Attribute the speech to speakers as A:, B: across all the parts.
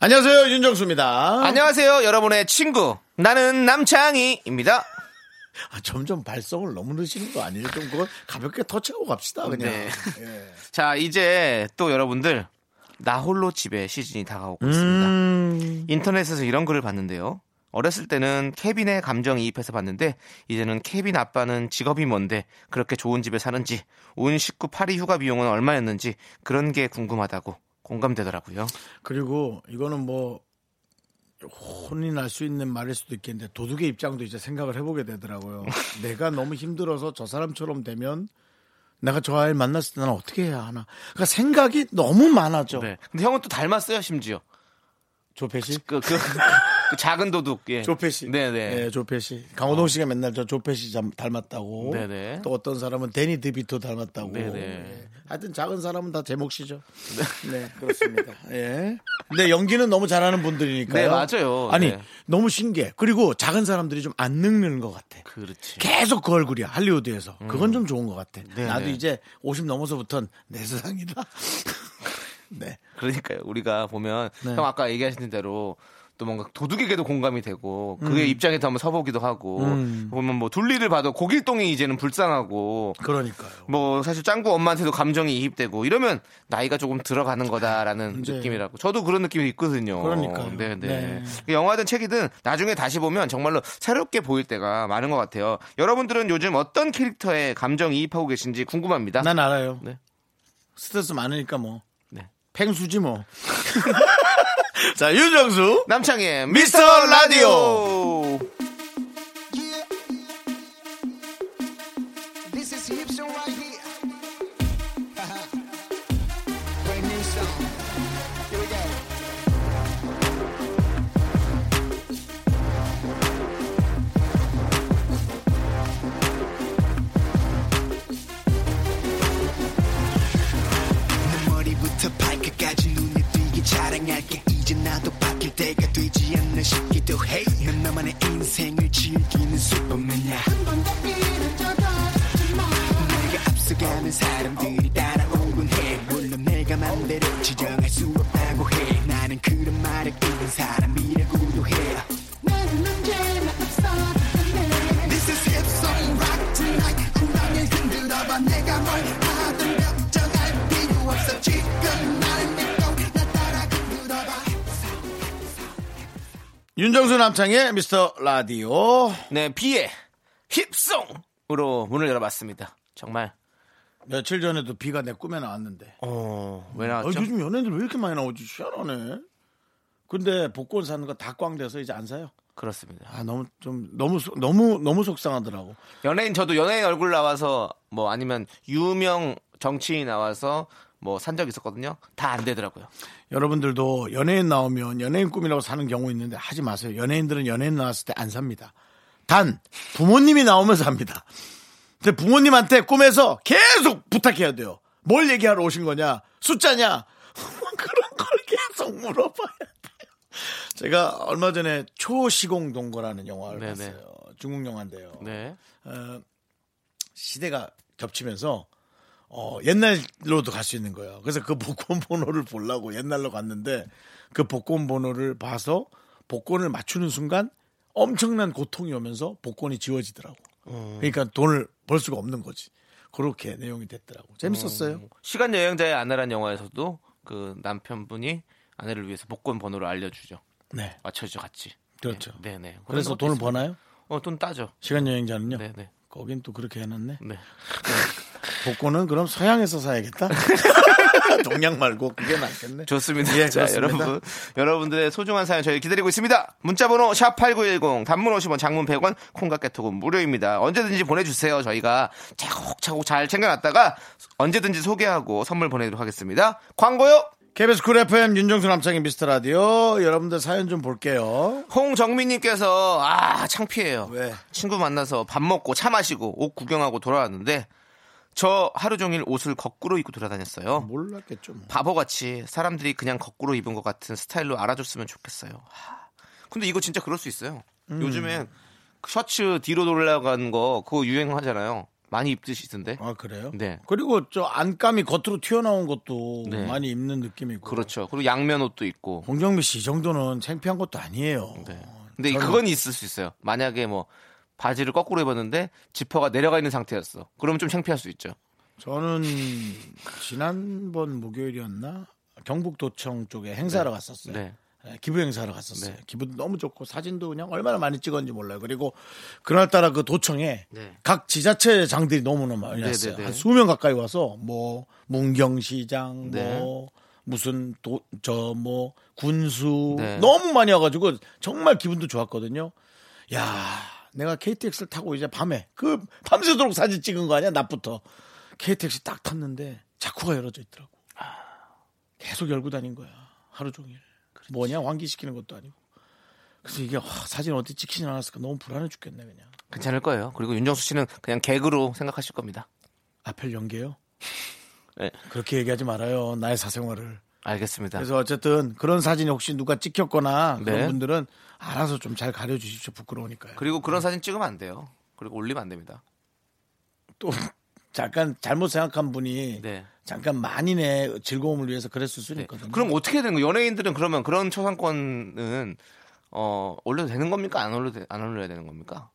A: 안녕하세요 윤정수입니다.
B: 어. 안녕하세요, 여러분의 친구. 나는 남창희입니다.
A: 아, 점점 발성을 너무 넣으시는 거 아니에요? 좀 그거 가볍게 터치하고 갑시다 그냥.
B: 네.
A: 예.
B: 자, 이제 또 여러분들, 나 홀로 집에 시즌이 다가오고
A: 음.
B: 있습니다. 인터넷에서 이런 글을 봤는데요. 어렸을 때는 케빈의 감정이입해서 봤는데, 이제는 케빈 아빠는 직업이 뭔데, 그렇게 좋은 집에 사는지, 온 식구 파리 휴가 비용은 얼마였는지, 그런 게 궁금하다고 공감되더라고요.
A: 그리고 이거는 뭐 혼이 날 수 있는 말일 수도 있겠는데 도둑의 입장도 이제 생각을 해보게 되더라고요. 내가 너무 힘들어서 저 사람처럼 되면 내가 저 아이를 만났을 때 나는 어떻게 해야 하나. 그러니까 생각이 너무 많아져.
B: 네. 근데 형은 또 닮았어요, 심지어.
A: 조패 씨?
B: 그, 그, 그 작은 도둑, 예.
A: 조패 씨.
B: 네네.
A: 네, 조패 씨. 강호동 씨가 맨날 저 조패 씨 잠- 닮았다고.
B: 네네.
A: 또 어떤 사람은 데니 드비토 닮았다고.
B: 네네.
A: 예. 하여튼 작은 사람은 다 제 몫이죠. 네, 그렇습니다. 예. 근데 연기는 너무 잘하는 분들이니까요.
B: 네, 맞아요.
A: 아니,
B: 네.
A: 너무 신기해. 그리고 작은 사람들이 좀 안 늙는 것 같아.
B: 그렇지.
A: 계속 그 얼굴이야 할리우드에서 그건 좀 좋은 것 같아
B: 음. 네네.
A: 나도 이제 50 넘어서부턴 내 세상이다 네
B: 그러니까요. 우리가 보면
A: 네.
B: 형 아까 얘기하신 대로 또 뭔가 도둑에게도 공감이 되고 그의
A: 음.
B: 입장에서 한번 서보기도 하고 보면 뭐 둘리를 봐도 고길동이 이제는 불쌍하고
A: 그러니까요
B: 뭐 사실 짱구 엄마한테도 감정이 이입되고 이러면 나이가 조금 들어가는 거다라는
A: 네.
B: 느낌이라고 저도 그런 느낌이 있거든요.
A: 그러니까요.
B: 네네.
A: 네.
B: 영화든 책이든 나중에 다시 보면 정말로 새롭게 보일 때가 많은 것 같아요. 여러분들은 요즘 어떤 캐릭터에 감정 이입하고 계신지 궁금합니다.
A: 난 알아요
B: 네.
A: 스트레스 많으니까 뭐
B: 네.
A: 팽수지 뭐. 자, 윤정수.
B: 남창의
A: 미스터
B: 미스터 라디오.
C: This is Hipson right here. Brand new song. Here we go.
D: 내 머리부터 발끝까지 눈에 띄게 자랑할게 이제 나도 바뀔 때가 되지 않나 싶기도 해난 나만의 인생을 즐기는 슈퍼맨이야 내가 앞서가는 사람들이 따라오곤 해 물론 내가 맘대로 지정할 수 없다고 해 나는 그런 말을 읽는 사람이라고도 해
E: 나는 언제나 앞서가네
D: This is hip song rock tonight 엉덩이 흔들어봐 내가 뭘 하든 걱정할 필요 없어 지금 날 믿고 나 따라 흔들어봐
A: 윤정수 남창의 미스터 라디오.
B: 네, 비의 힙송으로 문을 열어봤습니다. 정말.
A: 며칠 전에도 비가 내 꿈에 나왔는데.
B: 어, 왜
A: 아,
B: 나왔죠?
A: 요즘 연예인들 왜 이렇게 많이 나오지? 희한하네. 근데 복권 사는 거 다 꽝돼서 이제 안 사요.
B: 그렇습니다.
A: 아, 너무 좀 너무 속- 너무 너무 속상하더라고.
B: 연예인 저도 연예인 얼굴 나와서 뭐 아니면 유명 정치인 나와서 뭐 산 적 있었거든요. 다 안 되더라고요.
A: 여러분들도 연예인 나오면 연예인 꿈이라고 사는 경우 있는데 하지 마세요. 연예인들은 연예인 나왔을 때 안 삽니다. 단 부모님이 나오면 삽니다. 근데 부모님한테 꿈에서 계속 부탁해야 돼요. 뭘 얘기하러 오신 거냐? 숫자냐? 그런 걸 계속 물어봐야 돼요. 제가 얼마 전에 초시공 동거라는 영화를
B: 네네.
A: 봤어요. 중국 영화인데요.
B: 네.
A: 어, 시대가 겹치면서 어, 옛날로도 갈 수 있는 거예요. 그래서 그 복권 번호를 보려고 옛날로 갔는데 그 복권 번호를 봐서 복권을 맞추는 순간 엄청난 고통이 오면서 복권이 지워지더라고. 그러니까 돈을 벌 수가 없는 거지. 그렇게 내용이 됐더라고. 재밌었어요.
B: 시간 여행자의 아내란 영화에서도 그 남편분이 아내를 위해서 복권 번호를 알려주죠.
A: 네.
B: 맞춰주죠, 같이.
A: 그렇죠.
B: 네, 네.
A: 그래서 돈을 버나요?
B: 어, 돈 따죠.
A: 시간 여행자는요?
B: 네, 네.
A: 거긴 또 그렇게 해놨네.
B: 네.
A: 복권은 그럼 서양에서 사야겠다. 동양 말고 그게 낫겠네.
B: 좋습니다.
A: 예,
B: 자,
A: 그렇습니다.
B: 여러분, 여러분들의 소중한 사연 저희 기다리고 있습니다. 문자번호 샵8910, 단문 50원, 장문 100원, 콩깍개톡은 무료입니다. 언제든지 보내주세요. 저희가 차곡차곡 잘 챙겨놨다가 언제든지 소개하고 선물 보내도록 하겠습니다. 광고요!
A: KBS 쿨 FM 윤정수 남창희 미스터 라디오 여러분들 사연 좀 볼게요.
B: 홍정민님께서 아 창피해요.
A: 왜?
B: 친구 만나서 밥 먹고 차 마시고 옷 구경하고 돌아왔는데 저 하루 종일 옷을 거꾸로 입고 돌아다녔어요.
A: 몰랐겠죠. 뭐.
B: 바보같이 사람들이 그냥 거꾸로 입은 것 같은 스타일로 알아줬으면 좋겠어요. 하, 근데 이거 진짜 그럴 수 있어요.
A: 음.
B: 요즘에 셔츠 뒤로 돌아간 거 그거 유행하잖아요. 많이 입듯이던데.
A: 아 그래요?
B: 네.
A: 그리고 저 안감이 겉으로 튀어나온 것도
B: 네.
A: 많이 입는 느낌이고.
B: 그렇죠. 그리고 양면 옷도 있고.
A: 홍정미 씨 이 정도는 창피한 것도 아니에요.
B: 네. 근데
A: 어, 저는-
B: 그건 있을 수 있어요. 만약에 뭐 바지를 거꾸로 입었는데 지퍼가 내려가 있는 상태였어. 그러면 좀 창피할 수 있죠.
A: 저는 지난번 목요일이었나 경북도청 쪽에 행사를 갔었어요.
B: 네.
A: 예, 기부 행사를 갔었어요.
B: 네.
A: 기분 너무 좋고 사진도 그냥 얼마나 많이 찍었는지 몰라요. 그리고 그날따라 그 도청에
B: 네.
A: 각 지자체 장들이 너무너무 많이
B: 네,
A: 왔어요.
B: 네, 네.
A: 한 수명 가까이 와서 뭐 문경시장
B: 네.
A: 뭐 무슨 도 저 뭐 군수
B: 네.
A: 너무 많이 와가지고 정말 기분도 좋았거든요. 야 내가 KTX를 타고 이제 밤에 그 밤새도록 사진 찍은 거 아니야 낮부터 KTX 딱 탔는데 자쿠가 열어져 있더라고.
B: 아.
A: 계속 열고 다닌 거야 하루 종일. 뭐냐 환기시키는 것도 아니고. 그래서 이게 와, 사진 어디 찍히지 않았을까 너무 불안해 죽겠네 그냥.
B: 괜찮을 거예요. 그리고 윤정수 씨는 그냥 개그로 생각하실 겁니다.
A: 앞을 연계요?
B: 네.
A: 그렇게 얘기하지 말아요. 나의 사생활을.
B: 알겠습니다.
A: 그래서 어쨌든 그런 사진이 혹시 누가 찍혔거나
B: 네.
A: 그런 분들은 알아서 좀 잘 가려주십시오. 부끄러우니까요.
B: 그리고 그런 사진 찍으면 안 돼요. 그리고 올리면 안 됩니다.
A: 또 잠깐 잘못 생각한 분이
B: 네.
A: 잠깐 만인의 즐거움을 위해서 그랬을 수는
B: 네.
A: 있거든요.
B: 그럼 어떻게 해야 되는 거예요? 연예인들은 그러면 그런 초상권은 어, 올려도 되는 겁니까? 안 올려도 돼- 안 올려야 되는 겁니까?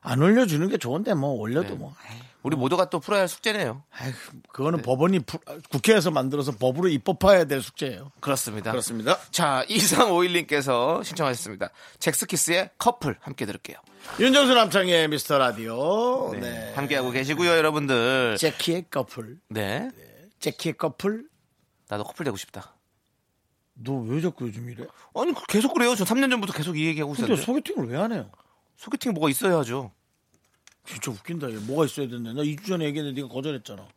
A: 안 올려주는 게 좋은데 뭐 올려도
B: 네.
A: 뭐. 에이,
B: 우리 모두가 또 풀어야 할 숙제네요.
A: 아이, 그거는 법원이 부- 아, 국회에서 만들어서 법으로 입법화해야 될 숙제예요.
B: 그렇습니다.
A: 그렇습니다.
B: 자, 2351님께서 신청하셨습니다. 잭스키스의 커플 함께 들을게요.
A: 윤정수 남창의 미스터 라디오.
B: 네.
A: 네.
B: 함께하고 계시고요, 여러분들.
A: 제키의 커플.
B: 네.
A: 제키의 커플.
B: 나도 커플 되고 싶다.
A: 너 왜 자꾸 요즘 이래?
B: 아니, 그- 계속 그래요. 저 3년 전부터 계속 이 얘기하고
A: 근데
B: 있었는데.
A: 소개팅을 왜 안 해요?
B: 소개팅 뭐가 있어야죠.
A: 진짜 웃긴다. 얘. 뭐가 있어야 된다. 나 2주 전에 얘기했는데 네가 거절했잖아.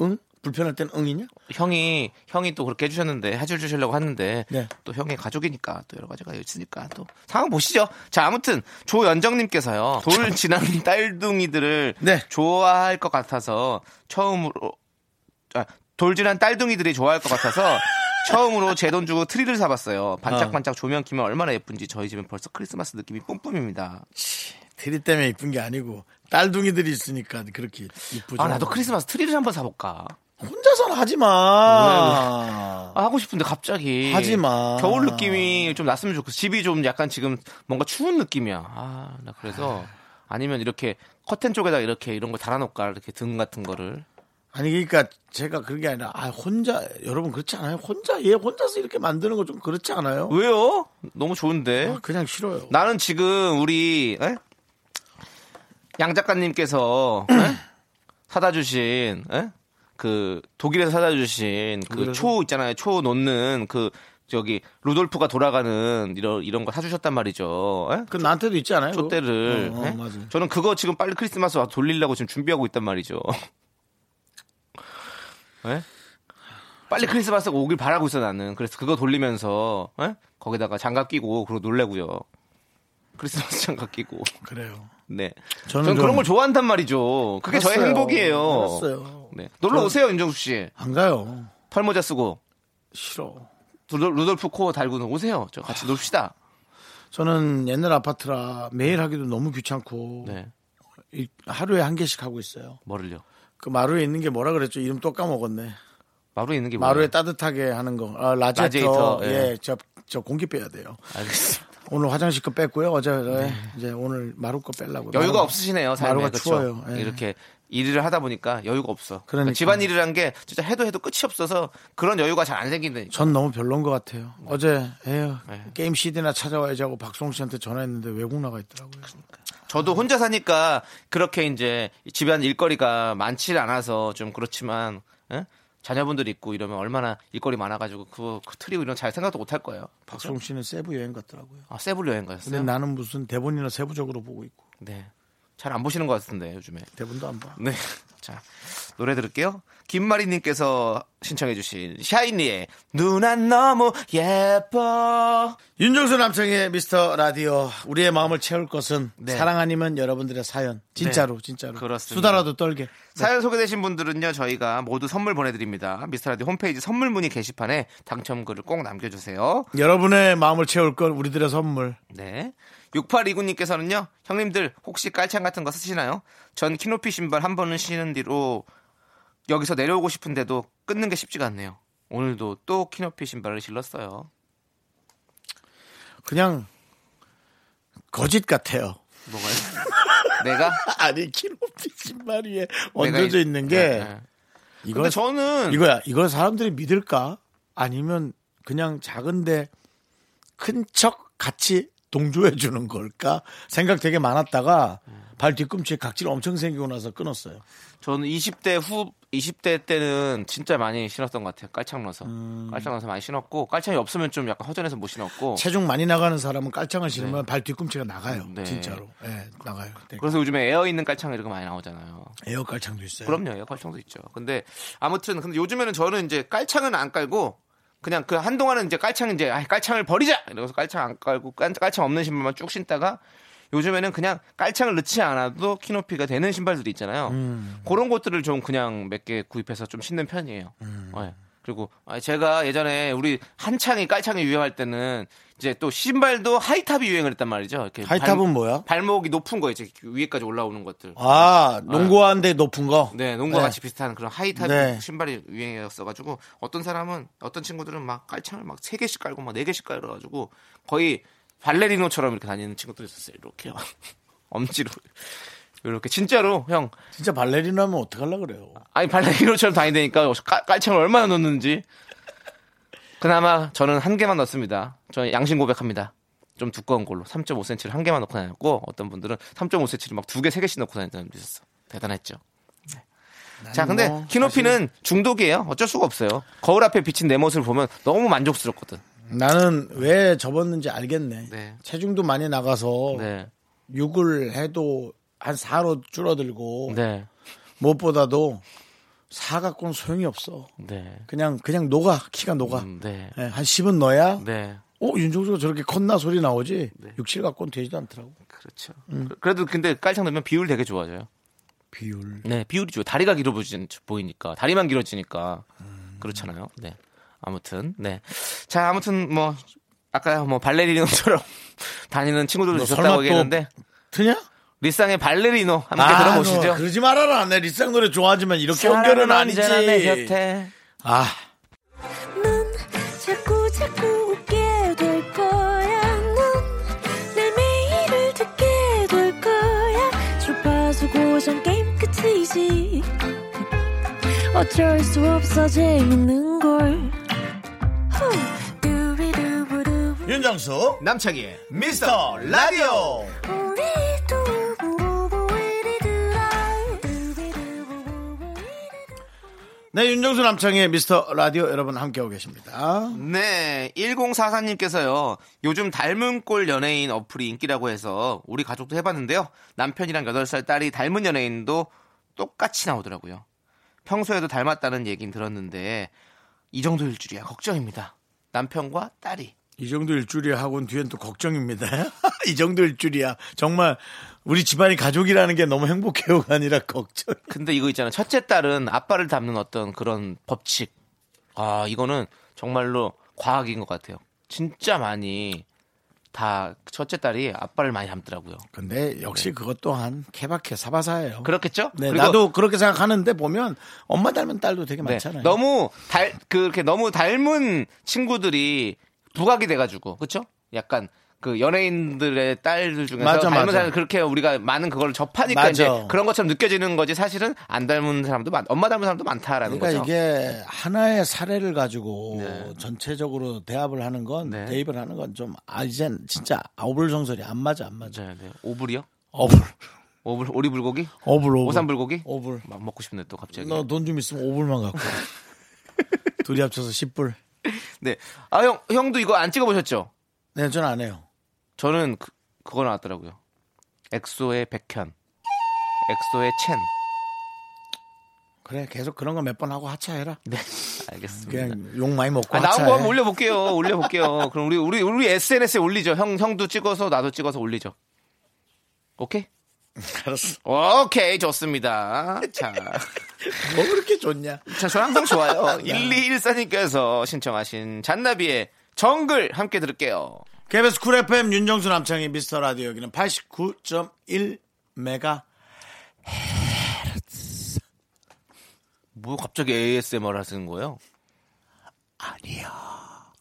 A: 응? 불편할 땐 응이냐?
B: 형이 형이 또 그렇게 해주셨는데 해줄 주시려고 하는데
A: 네.
B: 또 형의 가족이니까 또 여러 가지가 있으니까 또 상황 보시죠. 자 아무튼 조연정님께서요 돌 지난 딸둥이들을
A: 네.
B: 좋아할 것 같아서 처음으로 아, 돌 지난 딸둥이들이 좋아할 것 같아서 처음으로 제 돈 주고 트리를 사봤어요. 반짝반짝 조명 키면 얼마나 예쁜지 저희 집은 벌써 크리스마스 느낌이 뿜뿜입니다.
A: 트리 때문에 이쁜 게 아니고 딸둥이들이 있으니까 그렇게 이쁘죠.
B: 아 나도 크리스마스 트리를 한번 사볼까.
A: 혼자서는 하지 마.
B: 아, 하고 싶은데 갑자기
A: 하지 마.
B: 겨울 느낌이 좀 났으면 좋겠어 집이 좀 약간 지금 뭔가 추운 느낌이야 아나 그래서 아니면 이렇게 커튼 쪽에다 이렇게 이런 거 달아놓을까 이렇게 등 같은 거를
A: 아니 그러니까 제가 그런 게 아니라 아 혼자 여러분 그렇지 않아요? 혼자 얘 혼자서 이렇게 만드는 거 좀 그렇지 않아요?
B: 왜요 너무 좋은데
A: 아, 그냥 싫어요.
B: 나는 지금 우리 에? 양 작가님께서 에? 사다 주신 에? 그 독일에서 사다 주신 그 초 있잖아요 초 놓는 그 저기 루돌프가 돌아가는 이런 이런 거 사주셨단 말이죠. 에?
A: 그 나한테도 있지 않아요? 그거?
B: 촛대를
A: 어, 어,
B: 네?
A: 맞아. 요
B: 저는 그거 지금 빨리 크리스마스 와서 돌리려고 지금 준비하고 있단 말이죠. 네? 빨리 크리스마스가 오길 바라고 있어 나는. 그래서 그거 돌리면서 네? 거기다가 장갑 끼고 그러고 놀래고요. 크리스마스 장갑 끼고.
A: 그래요.
B: 네.
A: 저는
B: 저는,
A: 좀-
B: 그런 걸 좋아한단 말이죠. 그게 저의
A: 알았어요.
B: 행복이에요.
A: 알았어요.
B: 네. 놀러
A: 저-
B: 오세요, 윤정수 씨.
A: 안 가요.
B: 털모자 쓰고
A: 싫어.
B: 루돌- 루돌프 코어 달고는 오세요. 저 같이 놉시다.
A: 저는 옛날 아파트라 매일 하기도 너무 귀찮고
B: 네.
A: 이- 하루에 한 개씩 하고 있어요.
B: 뭐를요?
A: 그 마루에 있는 게 뭐라 그랬죠? 이름 또 까먹었네.
B: 마루에 있는 게 뭐예요?
A: 마루에 따뜻하게 하는 거. 아, 라제터.
B: 라제이터, 예.
A: 예, 저, 저 공기 빼야 돼요.
B: 알겠습니다.
A: 오늘 화장실 거 뺐고요. 어제 예, 이제 오늘 마루 거 빼려고.
B: 네. 뭐 여유가
A: 마루-
B: 없으시네요. 삶에.
A: 마루가
B: 그쵸?
A: 추워요. 예.
B: 이렇게 일을 하다 보니까 여유가 없어.
A: 그러니까.
B: 집안 일이란 게 진짜 해도 해도 끝이 없어서 그런 여유가 잘 안 생긴다니까.
A: 전 너무 별론 것 같아요. 어제 에휴,
B: 네.
A: 게임 CD나 찾아와야지 하고 박송 씨한테 전화했는데 외국 나가 있더라고요.
B: 저도 혼자 사니까 그렇게 이제 집안 일거리가 많지 않아서 좀 그렇지만 예? 자녀분들 있고 이러면 얼마나 일거리 많아가지고 그거 그 트리고 이런 거잘 생각도 못 할 거예요.
A: 박송 씨는 세부 여행 갔더라고요.
B: 아, 세불 여행
A: 근데
B: 가셨어요?
A: 나는 무슨 대본이나 세부적으로 보고 있고
B: 네. 잘 안 보시는 것 같은데 요즘에.
A: 대본도 안 봐.
B: 네. 자, 노래 들을게요. 김마리님께서 신청해주신 샤이니의 누난 너무 예뻐.
A: 윤정수 남창의 미스터 라디오 우리의 마음을 채울 것은
B: 네.
A: 사랑 아니면 여러분들의 사연 진짜로 진짜로
B: 그렇습니다.
A: 수다라도 떨게
B: 사연 소개되신 분들은요 저희가 모두 선물 보내드립니다. 미스터라디오 홈페이지 선물 문의 게시판에 당첨글을 꼭 남겨주세요.
A: 여러분의 마음을 채울 건 우리들의 선물
B: 네. 6829님께서는요, 형님들 혹시 깔창 같은 거 쓰시나요? 전 키높이 신발 한 번은 신은 뒤로 여기서 내려오고 싶은데도 끊는 게 쉽지가 않네요. 오늘도 또 키높이 신발을 신렀어요.
A: 그냥 거짓 같아요
B: 뭐가요? 내가?
A: 아니 키높이 신발 위에 얹어져
B: 이-
A: 있는 게
B: 네, 네.
A: 이거
B: 근데 저는
A: 이거야 이걸 사람들이 믿을까 아니면 그냥 작은데 큰 척 같이 동조해 주는 걸까 생각 되게 많았다가 발 뒤꿈치에 각질 엄청 생기고 나서 끊었어요
B: 저는 20대 후 20대 때는 진짜 많이 신었던 것 같아요. 깔창 넣어서
A: 음.
B: 깔창 넣어서 많이 신었고 깔창이 없으면 좀 약간 허전해서 못 신었고
A: 체중 많이 나가는 사람은 깔창을 신으면 발 뒤꿈치가 나가요.
B: 네.
A: 진짜로. 예, 나가요. 네.
B: 그래서 요즘에 에어 있는 깔창 이런 거 많이 나오잖아요.
A: 에어 깔창도 있어요.
B: 그럼요. 에어 깔창도 있죠. 근데 아무튼 근데 요즘에는 저는 이제 깔창은 안 깔고 그냥 그 한동안은 이제 깔창 이제 아, 깔창을 버리자 이러면서 깔창 안 깔고 깔- 깔창 없는 신발만 쭉 신다가 요즘에는 그냥 깔창을 넣지 않아도 키높이가 되는 신발들이 있잖아요.
A: 음.
B: 그런 것들을 좀 그냥 몇 개 구입해서 좀 신는 편이에요.
A: 음.
B: 예. 그리고 아, 제가 예전에 우리 한창이 깔창이 유행할 때는 이제 또 신발도 하이탑이 유행을 했단 말이죠. 이렇게
A: 하이탑은 뭐야?
B: 발목이 높은 거 이제 위에까지 올라오는 것들.
A: 아, 농구화인데 높은 거.
B: 네, 농구와
A: 네.
B: 같이 비슷한 그런 하이탑
A: 네.
B: 신발이 유행이었어가지고 어떤 사람은 어떤 친구들은 막 깔창을 막 세 개씩 깔고 막 네 개씩 깔아가지고 거의 발레리노처럼 이렇게 다니는 친구들 있었어요. 이렇게 막 엄지로 이렇게 진짜로 형
A: 진짜 발레리나 하면 어떡하려고 그래요.
B: 아니 발레리노처럼 다니니까 깔- 깔창을 얼마나 넣는지 그나마 저는 한 개만 넣습니다. 저는 양심 고백합니다. 좀 두꺼운 걸로 3.5cm를 한 개만 넣고 다녔고 어떤 분들은 3.5cm를 막 두 개 세 개씩 넣고 다니는 사람도 있었어. 대단했죠. 네. 자, 근데
A: 뭐
B: 키높이는 중독이에요. 어쩔 수가 없어요. 거울 앞에 비친 내 모습을 보면 너무 만족스럽거든.
A: 나는 왜 접었는지 알겠네.
B: 네.
A: 체중도 많이 나가서
B: 네,
A: 육을 해도 한 4로 줄어들고
B: 네,
A: 무엇보다도 4 갖고는 소용이 없어.
B: 네,
A: 그냥 그냥 녹아. 키가 녹아.
B: 음, 네,
A: 예, 한 10은 넣어야
B: 네.
A: 어, 윤종수가 저렇게 컸나 소리 나오지. 육, 6, 7 갖고는 되지도 않더라고.
B: 그렇죠.
A: 음.
B: 그- 그래도 근데 깔창 넣으면 비율 되게 좋아져요.
A: 비율.
B: 네, 비율이 좋아요. 다리가 길어 보이니까 다리만 길어지니까 그렇잖아요. 네, 아무튼 네. 자, 아무튼 뭐 아까 뭐 발레리노처럼 다니는 친구들도
A: 너
B: 있었다고
A: 뭐 설마 또
B: 얘기했는데
A: 트냐?
B: 리쌍의 발레리노 함께
A: 너
B: 들어보시죠.
A: 아, 뭐, 그러지 말아라. 내 리쌍 노래 좋아하지만 이렇게 연결은 아니지.
B: 언제나 내 곁에.
A: 아,
E: 넌 자꾸 자꾸 웃게 될 거야. 넌내 매일을 듣게 될 거야. 주파수 고정 게임 끝이지. 어쩔 수 없어 재밌는 걸. 후. 두비두부두부.
A: 윤정수 남창희 미스터 라디오.
E: 우리 두부부부 우리들아. 두비두부부부 우리들아.
A: 네, 윤정수 남창희 미스터 라디오 여러분 함께하고 계십니다.
B: 네, 1044님께서요. 요즘 닮은 꼴 연예인 어플이 인기라고 해서 우리 가족도 해봤는데요. 남편이랑 8살 딸이 닮은 연예인도 똑같이 나오더라고요. 평소에도 닮았다는 얘긴 들었는데 이 정도일 줄이야 걱정입니다. 남편과 딸이.
A: 이 정도 일줄이야 하고는 뒤엔 또 걱정입니다. 이 정도 일줄이야. 정말 우리 집안이 가족이라는 게 너무 행복해요가 아니라 걱정.
B: 근데 이거 있잖아요. 첫째 딸은 아빠를 닮는 어떤 그런 법칙. 아, 이거는 정말로 과학인 것 같아요. 진짜 많이 다 첫째 딸이 아빠를 많이 닮더라고요.
A: 근데 역시 그것 또한 케바케 사바사예요.
B: 그렇겠죠?
A: 네,
B: 그리고
A: 나도 그렇게 생각하는데 보면 엄마 닮은 딸도 되게
B: 네.
A: 많잖아요.
B: 너무 달 그렇게 너무 닮은 친구들이 부각이 돼가지고 그렇죠? 약간 그 연예인들의 딸들 중에서
A: 맞아,
B: 닮은
A: 맞아.
B: 사람 그렇게 우리가 많은 그걸 접하니까
A: 맞아.
B: 이제 그런 것처럼 느껴지는 거지 사실은 안 닮은 사람도 많, 엄마 닮은 사람도 많다라는
A: 그러니까
B: 거죠.
A: 이게 하나의 사례를 가지고
B: 네.
A: 전체적으로 대합을 하는 건
B: 네.
A: 대입을 하는 건 좀 아, 이젠 진짜 어불성설이 안 맞아 안 맞아.
B: 네, 네. 오불이요?
A: 어불
B: 오불 오리 불고기?
A: 어불 어불.
B: 오삼 불고기?
A: 어불.
B: 막 먹고 싶네 또 갑자기.
A: 너 돈 좀 있으면 오불만 갖고. 와. 둘이 합쳐서 10불.
B: 네. 아 형 형도 이거 안 찍어보셨죠?
A: 네, 전 안 해요.
B: 저는 그, 그거 나왔더라고요. 엑소의 백현, 엑소의 첸.
A: 그래, 계속 그런 거 몇 번 하고 하차해라.
B: 네. 알겠습니다.
A: 그냥 욕 많이 먹고
B: 아, 나온 거
A: 하차해.
B: 한번 올려볼게요. 올려볼게요. 그럼 우리 우리 우리 SNS에 올리죠. 형 형도 찍어서 나도 찍어서 올리죠. 오케이.
A: 알았어.
B: 오케이 좋습니다. 자,
A: 뭐 그렇게 좋냐?
B: 자, 저 항상 좋아요. 1214님께서 신청하신 잔나비의 정글 함께 들을게요.
A: KBS 쿨 FM 윤정수 남창희 미스터 라디오 여기는 89.1메가
B: 뭐 갑자기 ASMR 하시는 거예요?
A: 아니야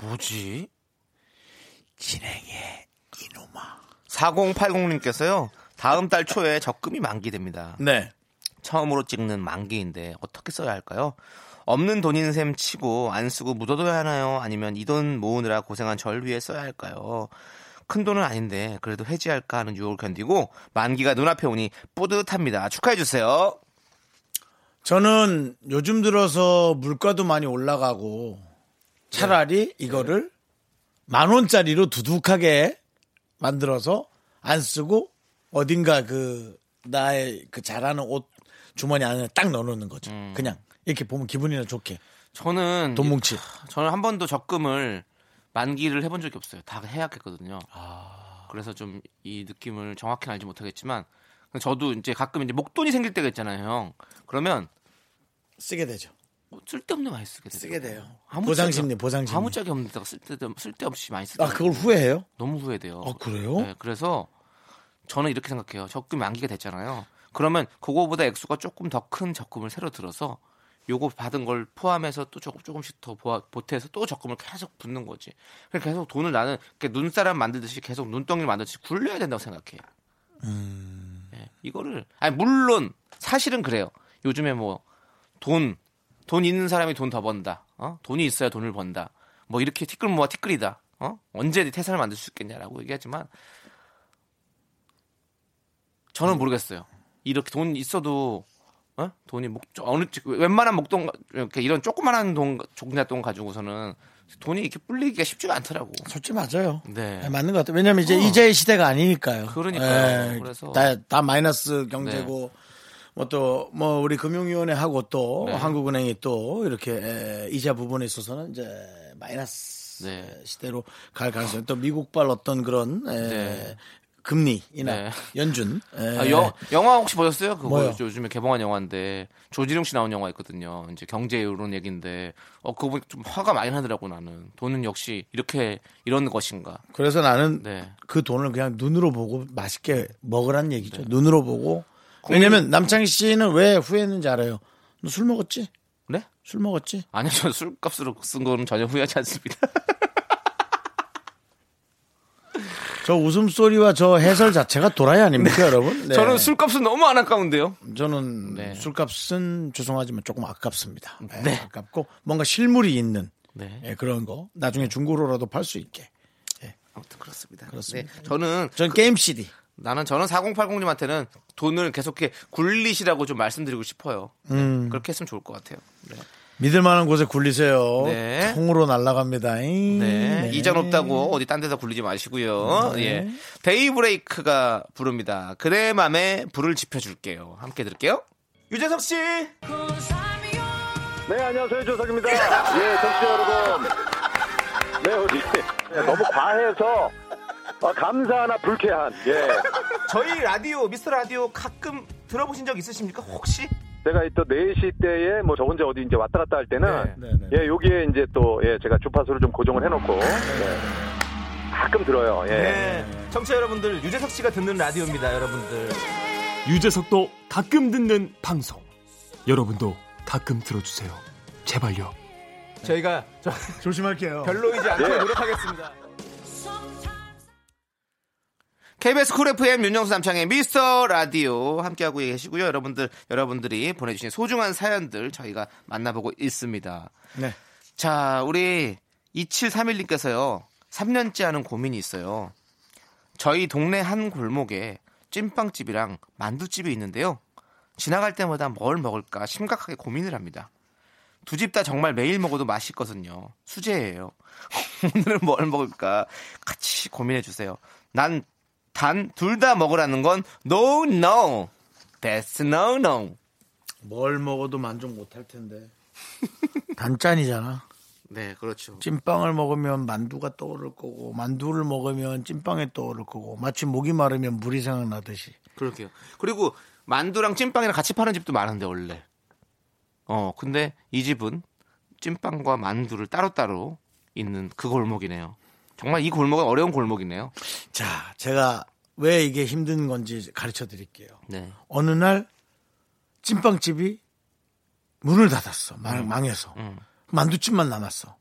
B: 뭐지?
A: 진행해 이놈아.
B: 4080님께서요. 다음 달 초에 적금이 만기됩니다.
A: 네.
B: 처음으로 찍는 만기인데 어떻게 써야 할까요? 없는 돈인 셈 치고 안 쓰고 묻어둬야 하나요? 아니면 이 돈 모으느라 고생한 절 위해 써야 할까요? 큰 돈은 아닌데 그래도 해지할까 하는 유혹을 견디고 만기가 눈앞에 오니 뿌듯합니다. 축하해 주세요.
A: 저는 요즘 들어서 물가도 많이 올라가고 차라리 이거를 만 원짜리로 두둑하게 만들어서 안 쓰고 어딘가 그 나의 그 잘하는 옷 주머니 안에 딱 넣어놓는 거죠. 그냥 이렇게 보면 기분이나 좋게
B: 저는
A: 돈 뭉치.
B: 저는 한 번도 적금을 만기를 해본 적이 없어요. 다 해약했거든요.
A: 아.
B: 그래서 좀 이 느낌을 정확히 알지 못하겠지만 저도 이제 가끔 이제 목돈이 생길 때가 있잖아요, 형. 그러면
A: 쓰게 되죠.
B: 뭐 쓸데없는 거 많이 쓰게 돼요.
A: 쓰게 돼요.
B: 아무
A: 보상심리,
B: 짝이-
A: 보상심리.
B: 아무 짝이 없는 데다가 쓸데없- 쓸데없이 많이 쓰고
A: 아 그걸 후회해요?
B: 너무 후회돼요.
A: 아 그래요?
B: 네, 그래서 저는 이렇게 생각해요. 적금 만기가 됐잖아요. 그러면 그거보다 액수가 조금 더 큰 적금을 새로 들어서 요거 받은 걸 포함해서 또 조금 조금씩 더 보아, 보태서 또 적금을 계속 붓는 거지. 그래서 계속 돈을 나는 이렇게 눈사람 만들듯이 계속 눈덩이를 만들듯이 굴려야 된다고 생각해. 요
A: 음.
B: 네, 이거를 아니 물론 사실은 그래요. 요즘에 뭐 돈 돈 있는 사람이 돈 더 번다. 어? 돈이 있어야 돈을 번다. 뭐 이렇게 티끌 모아 티끌이다. 어? 언제 태산을 만들 수 있겠냐라고 얘기하지만 저는 모르겠어요. 이렇게 돈 있어도 어? 돈이 목 어느 쪽- 웬만한 목돈 이렇게 이런 조그만한 돈 종잣돈 가지고서는 돈이 이렇게 불리기가 쉽지가 않더라고.
A: 솔직히 맞아요.
B: 네.
A: 네, 맞는 것 같아요. 왜냐면 이제 이자의 시대가 아니니까요.
B: 그러니까요.
A: 예,
B: 그래서- 네.
A: 다, 다 마이너스 경제고 뭐 또 뭐 우리 금융위원회하고 또 한국은행이 또 이렇게 에, 이자 부분에 있어서는 이제 마이너스
B: 네.
A: 시대로 갈 가능성 또 미국발 어떤 그런 에,
B: 네.
A: 금리이나
B: 네.
A: 연준 에,
B: 아, 여- 영화 혹시 보셨어요? 그거
A: 네. 뭐요?
B: 요즘에 개봉한 영화인데 조지룡 씨 나온 영화 있거든요. 이제 경제 이런 얘기인데 어 그거 보니까 좀 화가 많이 나더라고 나는. 돈은 역시 이렇게 이런 것인가.
A: 그래서 나는
B: 네.
A: 그 돈을 그냥 눈으로 보고 맛있게 먹으라는
B: 네.
A: 얘기죠. 눈으로 보고 왜냐면 남창희 씨는 왜 후회했는지 알아요. 너 술 먹었지?
B: 네?
A: 술 먹었지?
B: 아니요, 저 술값으로 쓴 거는 전혀 후회하지 않습니다.
A: 저 웃음소리와 저 해설 자체가 도라이 아닙니까, 여러분? 네.
B: 저는 술값은 너무 안 아까운데요.
A: 저는
B: 네.
A: 술값은 죄송하지만 조금 아깝습니다. 네,
B: 네.
A: 아깝고 뭔가 실물이 있는
B: 네.
A: 예, 그런 거 나중에 중고로라도 팔 수 있게.
B: 아무튼 그렇습니다.
A: 그렇습니다.
B: 네, 저는
A: 전 게임 CD.
B: 나는 저는 4080님한테는 돈을 계속 이렇게 굴리시라고 좀 말씀드리고 싶어요. 네, 그렇게 했으면 좋을 것 같아요. 네.
A: 믿을 만한 곳에 굴리세요.
B: 네.
A: 통으로 날아갑니다. 잉.
B: 네.
A: 네.
B: 이자 높다고 어디 딴 데서 굴리지 마시고요. 예. 데이브레이크가 부릅니다. 그대 맘에 불을 지펴줄게요. 함께 들을게요. 유재석 씨.
F: 네, 안녕하세요. 조석입니다. 예, 정치 여러분. 네, 우리. 너무 과해서. 아, 감사하나 불쾌한. 예.
B: 저희 라디오 미스터 라디오 가끔 들어보신 적 있으십니까? 혹시?
F: 제가 또 4시 때에 뭐 저 혼자 어디 이제 왔다 갔다 할 때는.
A: 네, 네,
F: 예, 여기에 이제 또, 예, 제가 주파수를 좀 고정을 해놓고. 예. 가끔 들어요. 예.
B: 네. 청취자 여러분들 유재석 씨가 듣는 라디오입니다, 여러분들.
G: 유재석도 가끔 듣는 방송. 여러분도 가끔 들어주세요. 제발요.
B: 저희가
A: 조심할게요.
B: 별로이지 않게 노력하겠습니다. KBS 쿨 FM 윤정수 남창의 미스터 라디오 함께하고 계시고요. 여러분들, 여러분들이 보내주신 소중한 사연들 저희가 만나보고 있습니다.
A: 네.
B: 자, 우리 2731님께서요. 3년째 하는 고민이 있어요. 저희 동네 한 골목에 찐빵집이랑 만두집이 있는데요. 지나갈 때마다 뭘 먹을까 심각하게 고민을 합니다. 두 집 다 정말 매일 먹어도 맛있거든요. 수제예요. 오늘은 뭘 먹을까 같이 고민해 주세요. 난 단 둘 다 먹으라는 건 no no. That's no no.
A: 뭘 먹어도 만족 못할 텐데. 단짠이잖아.
B: 네, 그렇죠.
A: 찐빵을 먹으면 만두가 떠오를 거고 만두를 먹으면 찐빵이 떠오를 거고 마치 목이 마르면 물이 생각나듯이.
B: 그럴게요. 그리고 만두랑 찐빵이랑 같이 파는 집도 많은데 원래. 어, 근데 이 집은 찐빵과 만두를 따로따로 있는 그 골목이네요. 정말 이 골목은 어려운 골목이네요.
A: 자, 제가 왜 이게 힘든 건지 가르쳐 드릴게요.
B: 네.
A: 어느 날 찐빵집이 문을 닫았어. 망,
B: 음.
A: 망해서. 만두찜만 남았어.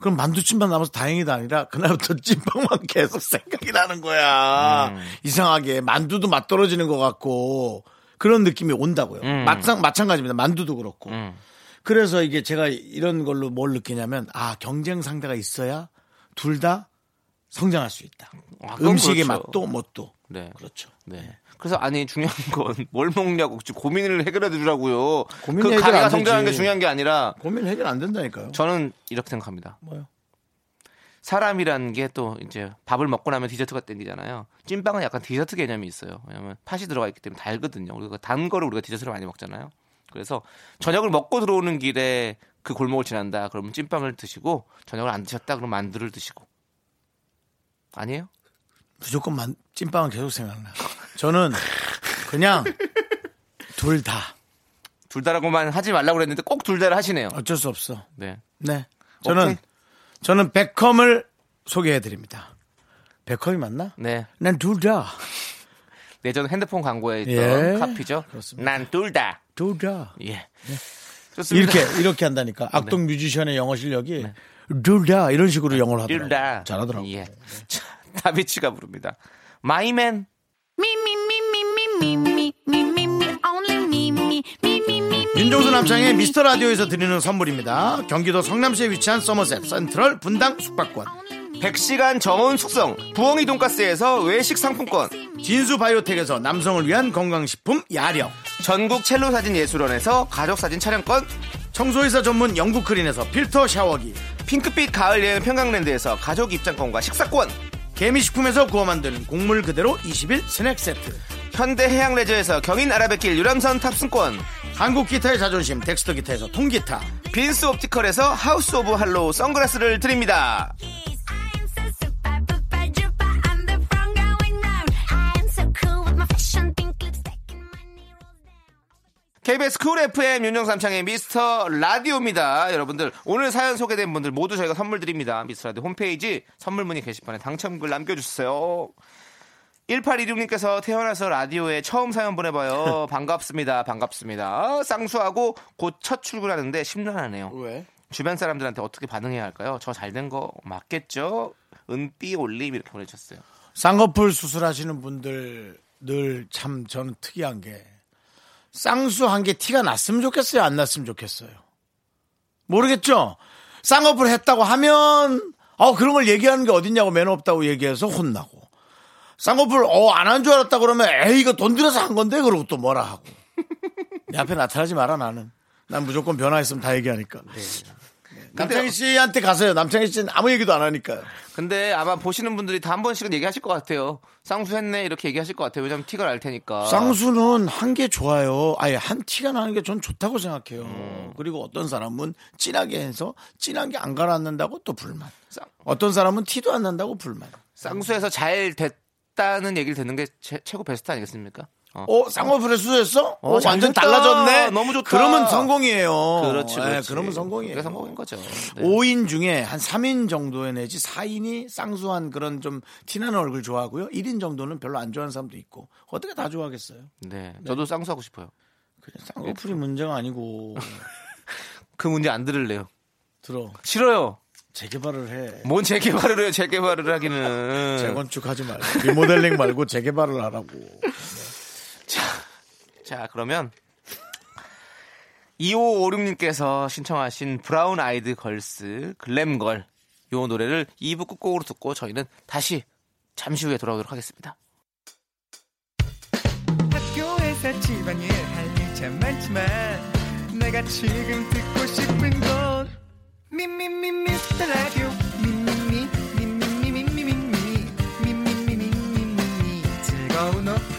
A: 그럼 만두찜만 남아서 다행이다 아니라 그날부터 찐빵만 계속 생각이 나는 거야.
B: 음.
A: 이상하게 만두도 맛 떨어지는 것 같고 그런 느낌이 온다고요.
B: 음.
A: 막상 마찬가지입니다. 만두도 그렇고.
B: 음.
A: 그래서 이게 제가 이런 걸로 뭘 느끼냐면 아 경쟁 상대가 있어야 둘 다 성장할 수 있다.
B: 아, 그건
A: 음식의
B: 그렇죠.
A: 맛도 멋도.
B: 네.
A: 그렇죠.
B: 네. 그래서 아니 중요한 건 뭘 먹냐고 지금 고민을 해결해 주라고요.
A: 고민
B: 그
A: 해결
B: 가게가
A: 안 되지.
B: 성장하는 게 중요한 게 아니라
A: 고민 해결 안 된다니까요.
B: 저는 이렇게 생각합니다.
A: 뭐요?
B: 사람이라는 게 또 이제 밥을 먹고 나면 디저트가 땡기잖아요. 찐빵은 약간 디저트 개념이 있어요. 왜냐하면 팥이 들어가 있기 때문에 달거든요. 우리가 단 거를 우리가 디저트로 많이 먹잖아요. 그래서 저녁을 먹고 들어오는 길에 그 골목을 지난다. 그러면 찐빵을 드시고 저녁을 안 드셨다. 그러면 만두를 드시고 아니에요?
A: 무조건 만, 찐빵은 계속 생각나. 저는 그냥 둘 다.
B: 둘 다라고만 하지 말라고 그랬는데 꼭 둘 다를 하시네요.
A: 어쩔 수 없어.
B: 네.
A: 네. 저는,
B: 오케이.
A: 저는 백컴을 소개해 드립니다. 백컴이 맞나?
B: 네.
A: 난 둘 다.
B: 예전 핸드폰 광고에 있던
A: 예.
B: 카피죠.
A: 그렇습니다.
B: 난 둘 다.
A: 둘 다.
B: 예. 좋습니다. 네.
A: 이렇게, 이렇게 한다니까. 악동 뮤지션의 영어 실력이 둘 다. 이런 식으로 영어를
B: 둘
A: 하더라고.
B: 다.
A: 잘하더라고.
B: 예. 자, 다비치가 부릅니다. 마이맨.
E: Me, me, me, me, me, me, me, me, me, me, only me, me, me, me, me, me.
A: 윤종수 남창의 미스터 라디오에서 드리는 선물입니다. 경기도 성남시에 위치한 서머셋 센트럴 분당 숙박권.
B: 100시간 정원 숙성. 부엉이 돈가스에서 외식 상품권.
A: 진수 바이오텍에서 남성을 위한 건강식품 야력.
B: 전국 첼로 사진 예술원에서 가족 사진 촬영권.
A: 청소이사 전문 영국 크린에서 필터 샤워기
B: 핑크빛 가을 여행 평강랜드에서 가족 입장권과 식사권.
A: 개미식품에서 구워 만드는 곡물 그대로 20일 스낵 세트
B: 현대 해양 레저에서 경인 아라뱃길 유람선 탑승권.
A: 한국 기타의 자존심 덱스터 기타에서 통기타
B: 빈스 옵티컬에서 하우스 오브 할로우 선글라스를 드립니다.
E: I am so super, duper, duper. I'm the front going round. I am so cool with my fashion pink lipstick and my knee rolls down.
B: KBS 쿨 FM 윤정삼창의 미스터 라디오입니다. 여러분들 오늘 사연 소개된 분들 모두 저희가 선물 드립니다. 미스터 라디오 홈페이지 선물 문의 게시판에 당첨글 남겨주세요. 1826님께서 태어나서 라디오에 처음 사연 보내봐요. 반갑습니다. 반갑습니다. 쌍수하고 곧 첫 출근하는데 심란하네요.
A: 왜?
B: 주변 사람들한테 어떻게 반응해야 할까요? 저 잘 된 거 맞겠죠? 은비 올림 이렇게 보내주셨어요.
A: 쌍꺼풀 수술하시는 분들 늘 참 저는 특이한 게 쌍수 한 게 티가 났으면 좋겠어요 안 났으면 좋겠어요 모르겠죠 쌍꺼풀 했다고 하면 어 그런 걸 얘기하는 게 어딨냐고 매너 없다고 얘기해서 혼나고 쌍꺼풀 어 안 한 줄 알았다 그러면 에이 이거 돈 들여서 한 건데 그러고 또 뭐라 하고 내 앞에 나타나지 마라 나는 난 무조건 변화했으면 다 얘기하니까 남창희 씨한테 가세요 남창희 씨는 아무 얘기도 안 하니까요
B: 근데 아마 보시는 분들이 다 한 번씩은 얘기하실 것 같아요. 쌍수했네 이렇게 얘기하실 것 같아요. 왜냐면 티가 날 테니까.
A: 쌍수는 한 게 좋아요. 아예 한 티가 나는 게 전 좋다고 생각해요.
B: 음.
A: 그리고 어떤 사람은 진하게 해서 진한 게 안 가라앉는다고 또 불만.
B: 쌍-
A: 어떤 사람은 티도 안 난다고 불만.
B: 쌍수해서 잘 됐다는 얘기를 듣는 게 최- 최고 베스트 아니겠습니까? 어.
A: 어, 쌍꺼풀에 수술했어? 어,
B: 어, 잘
A: 완전
B: 됐다.
A: 달라졌네.
B: 너무 좋다.
A: 그러면 성공이에요.
B: 그렇지,
A: 예,
B: 어, 그렇지.
A: 그러면 성공이에요.
B: 그게 성공인 거죠. 네.
A: 5인 중에 한 3인 정도의 내지 4인이 쌍수한 그런 좀 티나는 얼굴 좋아하고요. 1인 정도는 별로 안 좋아하는 사람도 있고. 어떻게 다 좋아하겠어요?
B: 네. 저도 쌍수하고 싶어요.
A: 그냥
B: 그렇죠.
A: 쌍꺼풀이 문제가 아니고
B: 그 문제 안 들을래요.
A: 들어
B: 싫어요.
A: 재개발을 해.
B: 뭔 재개발을 해요. 재개발을 하기는.
A: 재건축하지 말고 리모델링 말고 재개발을 하라고.
B: 자, 그러면 2556님께서 신청하신 브라운 아이드 걸스 글램걸 요 노래를 2부 끝곡으로 듣고 저희는 다시 잠시 후에 돌아오도록 하겠습니다.
H: 학교에서 집안일 할 일 참 많지만 내가 지금 듣고 싶은 건 미미미 미스터 라디오 미미미 미미미 미미미 미미미 미미미 미미미 즐거운 오후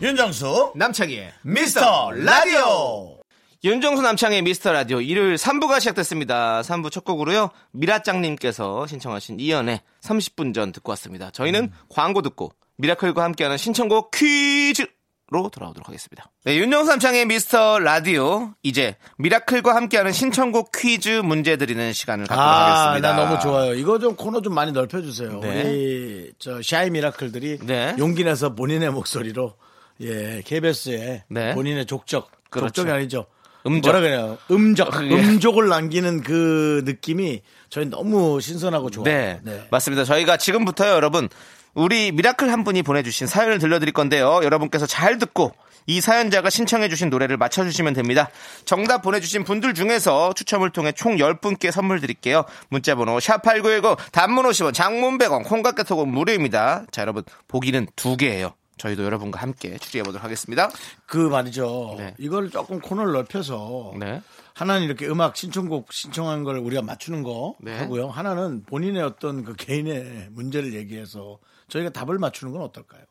A: 윤정수
B: 남창희의
A: 미스터 라디오
B: 윤정수 남창의 미스터 라디오 일요일 3부가 시작됐습니다. 3부 첫 곡으로요. 미라짱님께서 신청하신 이연의 30분 전 듣고 왔습니다. 저희는
A: 음.
B: 광고 듣고 미라클과 함께하는 신청곡 퀴즈로 돌아오도록 하겠습니다. 네, 윤정수 남창의 미스터 라디오 이제 미라클과 함께하는 신청곡 퀴즈 문제 드리는 시간을 갖도록
A: 아,
B: 하겠습니다.
A: 나 너무 좋아요. 이거 좀 코너 좀 많이 넓혀주세요.
B: 네.
A: 우리 저 샤이 미라클들이
B: 네.
A: 용기 내서 본인의 목소리로 예 KBS에
B: 네.
A: 본인의 족적,
B: 그렇죠.
A: 족적이 아니죠.
B: 음적.
A: 뭐라 그래요? 음적,
B: 예.
A: 음족을 남기는 그 느낌이 저희 너무 신선하고 좋아요.
B: 네, 맞습니다. 저희가 지금부터요, 여러분. 우리 미라클 한 분이 보내주신 사연을 들려드릴 건데요. 여러분께서 잘 듣고 이 사연자가 신청해주신 노래를 맞춰주시면 됩니다. 정답 보내주신 분들 중에서 추첨을 통해 총 10분께 선물 드릴게요. 문자번호 샵8910 단문 50원 장문 100원 콩깍개톡은 무료입니다. 자, 여러분 보기는 두 개예요. 저희도 여러분과 함께 추리해보도록 하겠습니다.
A: 그 말이죠.
B: 네.
A: 이걸 조금 코너를 넓혀서
B: 네.
A: 하나는 이렇게 음악 신청곡 신청한 걸 우리가 맞추는 거
B: 네.
A: 하고요. 하나는 본인의 어떤 그 개인의 문제를 얘기해서 저희가 답을 맞추는 건 어떨까요?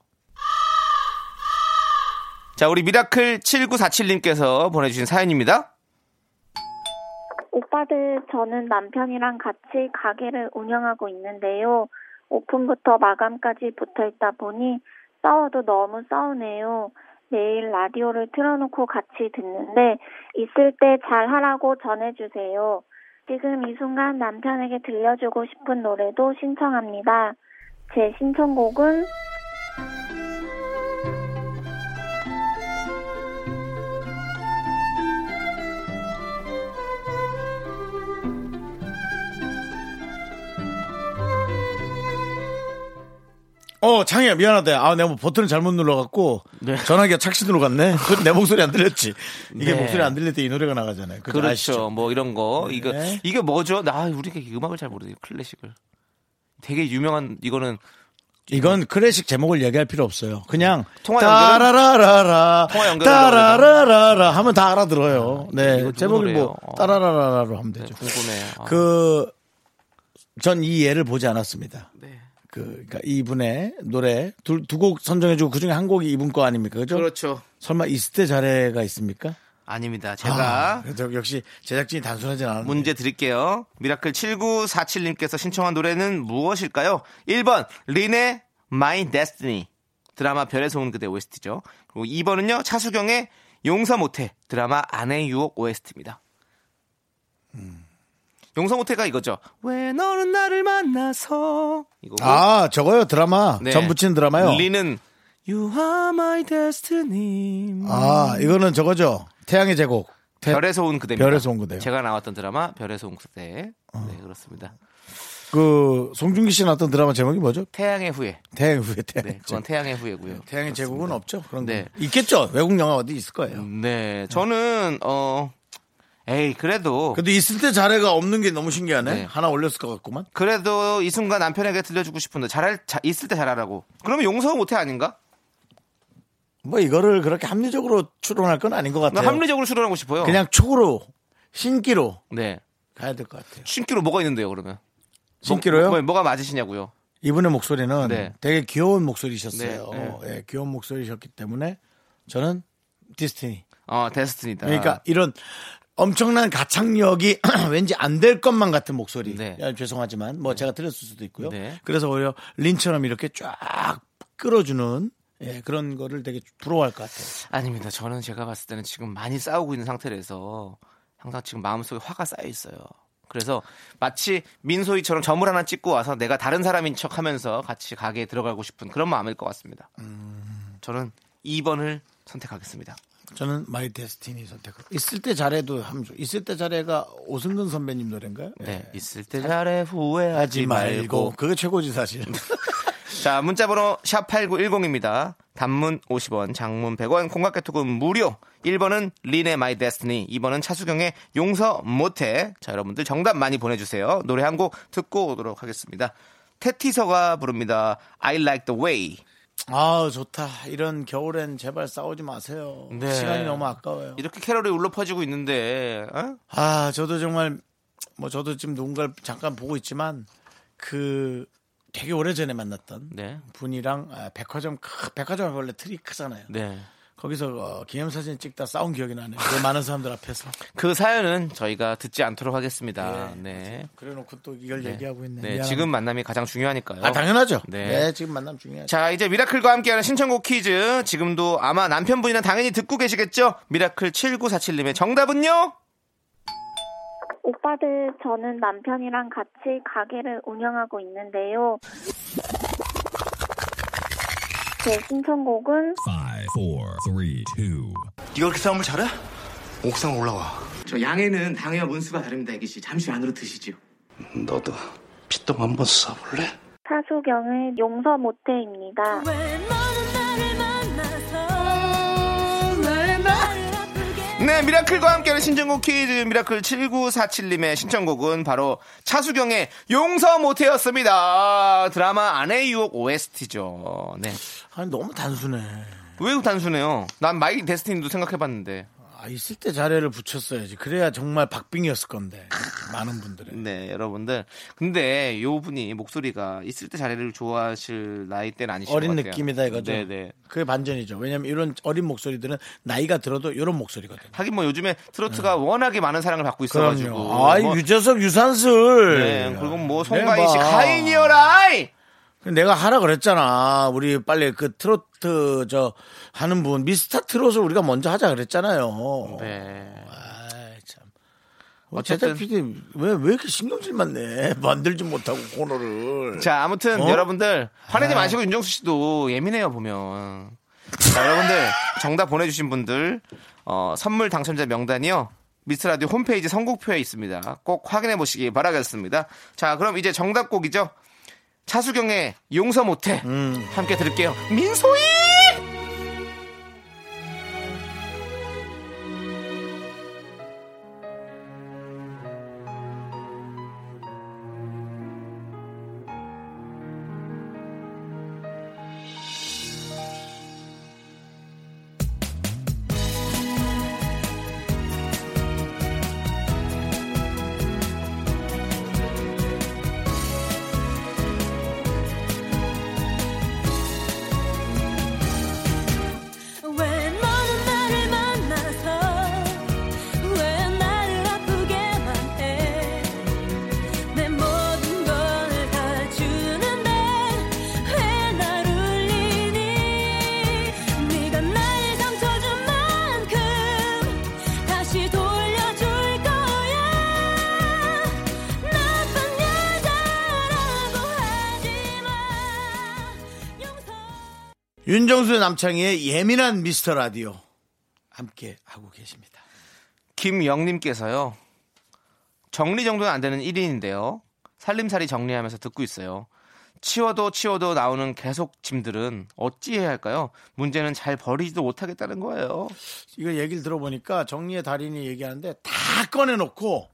B: 자, 우리 미라클 7947님께서 보내주신 사연입니다.
I: 오빠들, 저는 남편이랑 같이 가게를 운영하고 있는데요. 오픈부터 마감까지 붙어 있다 보니 싸워도 너무 싸우네요. 매일 라디오를 틀어놓고 같이 듣는데 있을 때 잘하라고 전해주세요. 지금 이 순간 남편에게 들려주고 싶은 노래도 신청합니다. 제 신청곡은
A: 어, 창희야, 미안하다. 아, 내가 뭐 버튼을 잘못 눌러갖고 전화기가 착신으로 갔네. 그건 내 목소리 안 들렸지. 이게
B: 네.
A: 목소리 안 들릴 때 이 노래가 나가잖아요. 그거
B: 그렇죠.
A: 아시죠?
B: 뭐 이런 거.
A: 네.
B: 이거 이게 뭐죠? 나 우리가 이 음악을 잘 모르네요. 클래식을. 되게 유명한 이거는
A: 이건 클래식 제목을 얘기할 필요 없어요. 그냥
B: 네. 통화 연결은-
A: 따라라라라
B: 통화 연결은
A: 따라라라라 하면 다 알아들어요. 네.
B: 이거 누구
A: 제목이
B: 노래예요?
A: 뭐
B: 어.
A: 따라라라라로 하면
B: 네,
A: 되죠.
B: 궁금해요. 아,
A: 그, 전 이 예를 보지 않았습니다.
B: 네.
A: 그, 그니까 이분의 노래 두 곡 선정해주고 그 중에 한 곡이 이분 거 아닙니까? 그죠?
B: 그렇죠.
A: 설마 이스테 자레가 있습니까?
B: 아닙니다. 제가
A: 아, 그래도 역시 제작진이 단순하진 않았네.
B: 문제 드릴게요. 미라클 7947님께서 신청한 노래는 무엇일까요? 1번 린의 My Destiny 드라마 별에서 온 그대 OST죠. 그리고 2번은요. 차수경의 용서 못해 드라마 아내의 유혹 OST입니다.
A: 음.
B: 용서 못해가 이거죠. 왜 너는 나를 만나서 이거고
A: 아, 저거요. 드라마.
B: 네.
A: 전 붙인 드라마요.
B: 린은 You are my destiny.
A: 아, 이거는 저거죠. 태양의 제국. 태-
B: 별에서 온 그대입니다.
A: 별에서 온 그대요. 어.
B: 제가 나왔던 드라마 별에서 온 그대. 네 그렇습니다.
A: 그, 송중기 씨 나왔던 드라마 제목이 뭐죠?
B: 태양의 후예.
A: 태양 후예 태양.
B: 네, 그건 태양의 후예고요.
A: 태양의 제국은 없죠. 그런 거.
B: 네.
A: 있겠죠. 외국 영화 어디 있을 거예요.
B: 네, 저는 어, 에이 그래도
A: 근데 있을 때 자례가 없는 게 너무 신기하네.
B: 네.
A: 하나 올렸을 것 같구만.
B: 그래도 이 순간 남편에게 들려주고 싶은데 잘할 자, 있을 때 잘하라고. 그러면 용서 못해 아닌가?
A: 뭐 이거를 그렇게 합리적으로 추론할 건 아닌 것
B: 나
A: 같아요.
B: 합리적으로 수련하고 싶어요.
A: 그냥 촉으로 신기로
B: 네,
A: 가야 될 것 같아요.
B: 신기로 뭐가 있는데요 그러면?
A: 신기로요?
B: 뭐, 가 맞으시냐고요?
A: 이분의 목소리는
B: 네.
A: 되게 귀여운 목소리셨어요.
B: 네,
A: 예, 귀여운 목소리셨기 때문에 저는 디스티니.
B: 어, 데스티니다.
A: 그러니까 이런 엄청난 가창력이 왠지 안 될 것만 같은 목소리.
B: 네.
A: 야, 죄송하지만 뭐 제가 틀렸을 수도 있고요.
B: 네.
A: 그래서 오히려 린처럼 이렇게 쫙 끌어주는 예, 그런 거를 되게 부러워할 것 같아요.
B: 아닙니다. 저는 제가 봤을 때는 지금 많이 싸우고 있는 상태라서 항상 지금 마음속에 화가 쌓여 있어요. 그래서 마치 민소희처럼 점을 하나 찍고 와서 내가 다른 사람인 척 하면서 같이 가게에 들어가고 싶은 그런 마음일 것 같습니다. 저는 2번을 선택하겠습니다.
A: 저는 마이 데스티니 선택. 있을 때 잘해도 함 있을 때 잘해가 오승근 선배님 노래인가요? 예.
B: 네. 있을 때 잘해 후회하지 말고.
A: 그게 최고지 사실.
B: 자, 문자번호 샵8910입니다. 단문 50원, 장문 100원, 콩깍개톡은 무료. 1번은 린의 마이 데스티니, 2번은 차수경의 용서 못해. 자, 여러분들 정답 많이 보내주세요. 노래 한 곡 듣고 오도록 하겠습니다. 테티서가 부릅니다. I like the way.
A: 아 좋다. 이런 겨울엔 제발 싸우지 마세요.
B: 네.
A: 시간이 너무 아까워요.
B: 이렇게 캐럴이 울려 퍼지고 있는데, 어?
A: 아 저도 정말 뭐 저도 지금 누군가를 잠깐 보고 있지만 그 되게 오래전에 만났던
B: 네.
A: 분이랑 아, 백화점 크- 백화점 원래 틀이 크잖아요.
B: 네.
A: 거기서 어, 기념사진 찍다 싸운 기억이 나네요. 그 많은 사람들 앞에서
B: 그 사연은 저희가 듣지 않도록 하겠습니다. 네.
A: 그래놓고 또 이걸
B: 네.
A: 얘기하고 있네.
B: 네,
A: 미안합니다.
B: 지금 만남이 가장 중요하니까요.
A: 아 당연하죠.
B: 네.
A: 네, 지금 만남 중요하죠.
B: 자, 이제 미라클과 함께하는 신청곡 퀴즈. 지금도 아마 남편분이나 당연히 듣고 계시겠죠? 미라클 7947님의 정답은요?
I: 오빠들, 저는 남편이랑 같이 가게를 운영하고 있는데요. 제 신청곡은
D: 네가 그렇게 싸움을 잘해? 옥상 올라와.
B: 저 양에는 당해와 문수가 다릅니다, 애기씨. 잠시 안으로 드시죠.
D: 너도 피똥 한번 쏴볼래?
I: 차소경의 용서 못해입니다.
B: 네, 미라클과 함께하는 신청곡 퀴즈. 미라클 7947님의 신청곡은 바로 차수경의 용서 못해였습니다. 드라마 아내의 유혹 OST죠. 네.
A: 아니 너무 단순해.
B: 왜 단순해요? 난 마이 데스티니도 생각해봤는데.
A: 아 있을 때 자리를 붙였어야지. 그래야 정말 박빙이었을 건데 많은 분들의.
B: 네, 여러분들. 근데 요 분이 목소리가 있을 때 자리를 좋아하실 나이 때는 아니신
A: 어린
B: 것 같아요.
A: 느낌이다 이거죠.
B: 네, 네.
A: 그게 반전이죠. 왜냐면 이런 어린 목소리들은 나이가 들어도 이런 목소리거든요.
B: 하긴 뭐 요즘에 트로트가 워낙에 많은 사랑을 받고 있어가지고.
A: 네. 그럼요. 아,
B: 뭐,
A: 유재석 유산슬.
B: 네, 그리고 뭐 송가인
A: 내가
B: 씨
A: 봐.
B: 가인이여라! 아이!
A: 내가 하라 그랬잖아. 우리 빨리 그 트로트 저 하는 분 미스터 트롯을 우리가 먼저 하자 그랬잖아요.
B: 네.
A: 아이, 참.
B: 어쨌든.
A: 어쨌든 PD 왜왜 이렇게 신경질만 내? 만들지 못하고 코너를.
B: 네. 자, 아무튼
A: 어?
B: 여러분들 화내지
A: 아.
B: 마시고 윤정수 씨도 예민해요 보면. 자, 여러분들 정답 보내주신 분들 어, 선물 당첨자 명단이요. 미스라디오 홈페이지 선곡표에 있습니다. 꼭 확인해 보시기 바라겠습니다. 자, 그럼 이제 정답곡이죠. 차수경의 용서 못해 함께 들을게요. 민소희!
E: 왜 많은 나를 만나서 왜 나를 아프게만 해 내 모든 걸 다 주는데 왜 날 울리니 네가 나를 상처준 만큼 다시 돌려줄 거야 나쁜 여자라고 하지마 용서
A: 윤정수 남창희의 예민한 미스터 라디오 함께 하고 계십니다.
B: 김영님께서요. 정리정돈은 안 되는 1인인데요. 살림살이 정리하면서 듣고 있어요. 치워도 치워도 나오는 계속 짐들은 어찌해야 할까요? 문제는 잘 버리지도 못하겠다는 거예요.
A: 이거 얘기를 들어보니까 정리의 달인이 얘기하는데 다 꺼내놓고